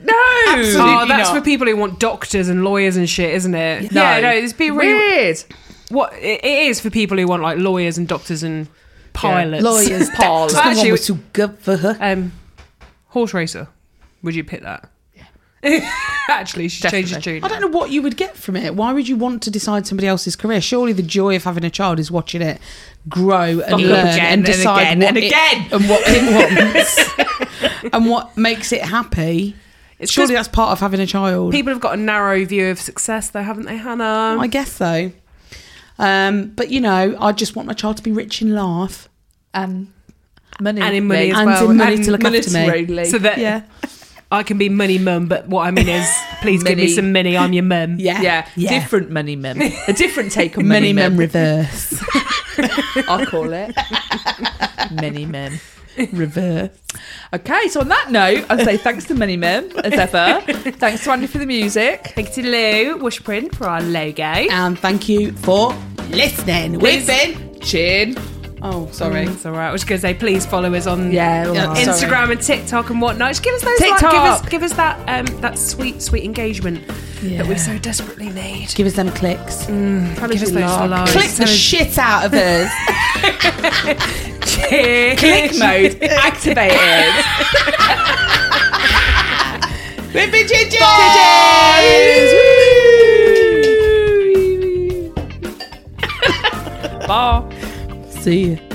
[LAUGHS] no, Oh, that's not. for people who want doctors and lawyers and shit, isn't it? No. Yeah, no, it's people who, weird. what it it is for people who want like lawyers and doctors and pilots. [LAUGHS] lawyers. Paul. That's the one Actually- was too good for her. [LAUGHS] Um, horse racer. Would you pick that? Actually, she changed her tune. I don't know what you would get from it. Why would you want to decide somebody else's career? Surely the joy of having a child is watching it grow and up learn again and and decide again what and it- again. [LAUGHS] and what it wants and what makes it happy. It's Surely 'cause that's part of having a child. people have got a narrow view of success, though, haven't they, Hannah? I guess so. Um, but you know, I just want my child to be rich in life And money. And in money as and well. in money and to look after me. Militarily. so that Yeah, I can be money mum, but what I mean is, please give me Money. some money. I'm your mum. yeah, yeah, yeah. different money mem. A different take [LAUGHS] on money, Many men mem. reverse, I call it money mem. reverse. Okay, so on that note, I say thanks to Money Mem as ever. thanks to Andy for the music. Thank you to Lou Washprint for our logo. And thank you for listening. We've been. Chin. Oh, sorry. It's all right. I was going to say, please follow us on Yeah, all Yeah, right. it's- Instagram and TikTok and whatnot. Just give us those. Like, give TikTok. us, give us that um, that sweet, sweet engagement that we Yeah. so desperately need. Give us them clicks. give us those likes. Click [LAUGHS] the shit out of us. click mode activated. [LAUGHS] We've been ginger. Bye. See you.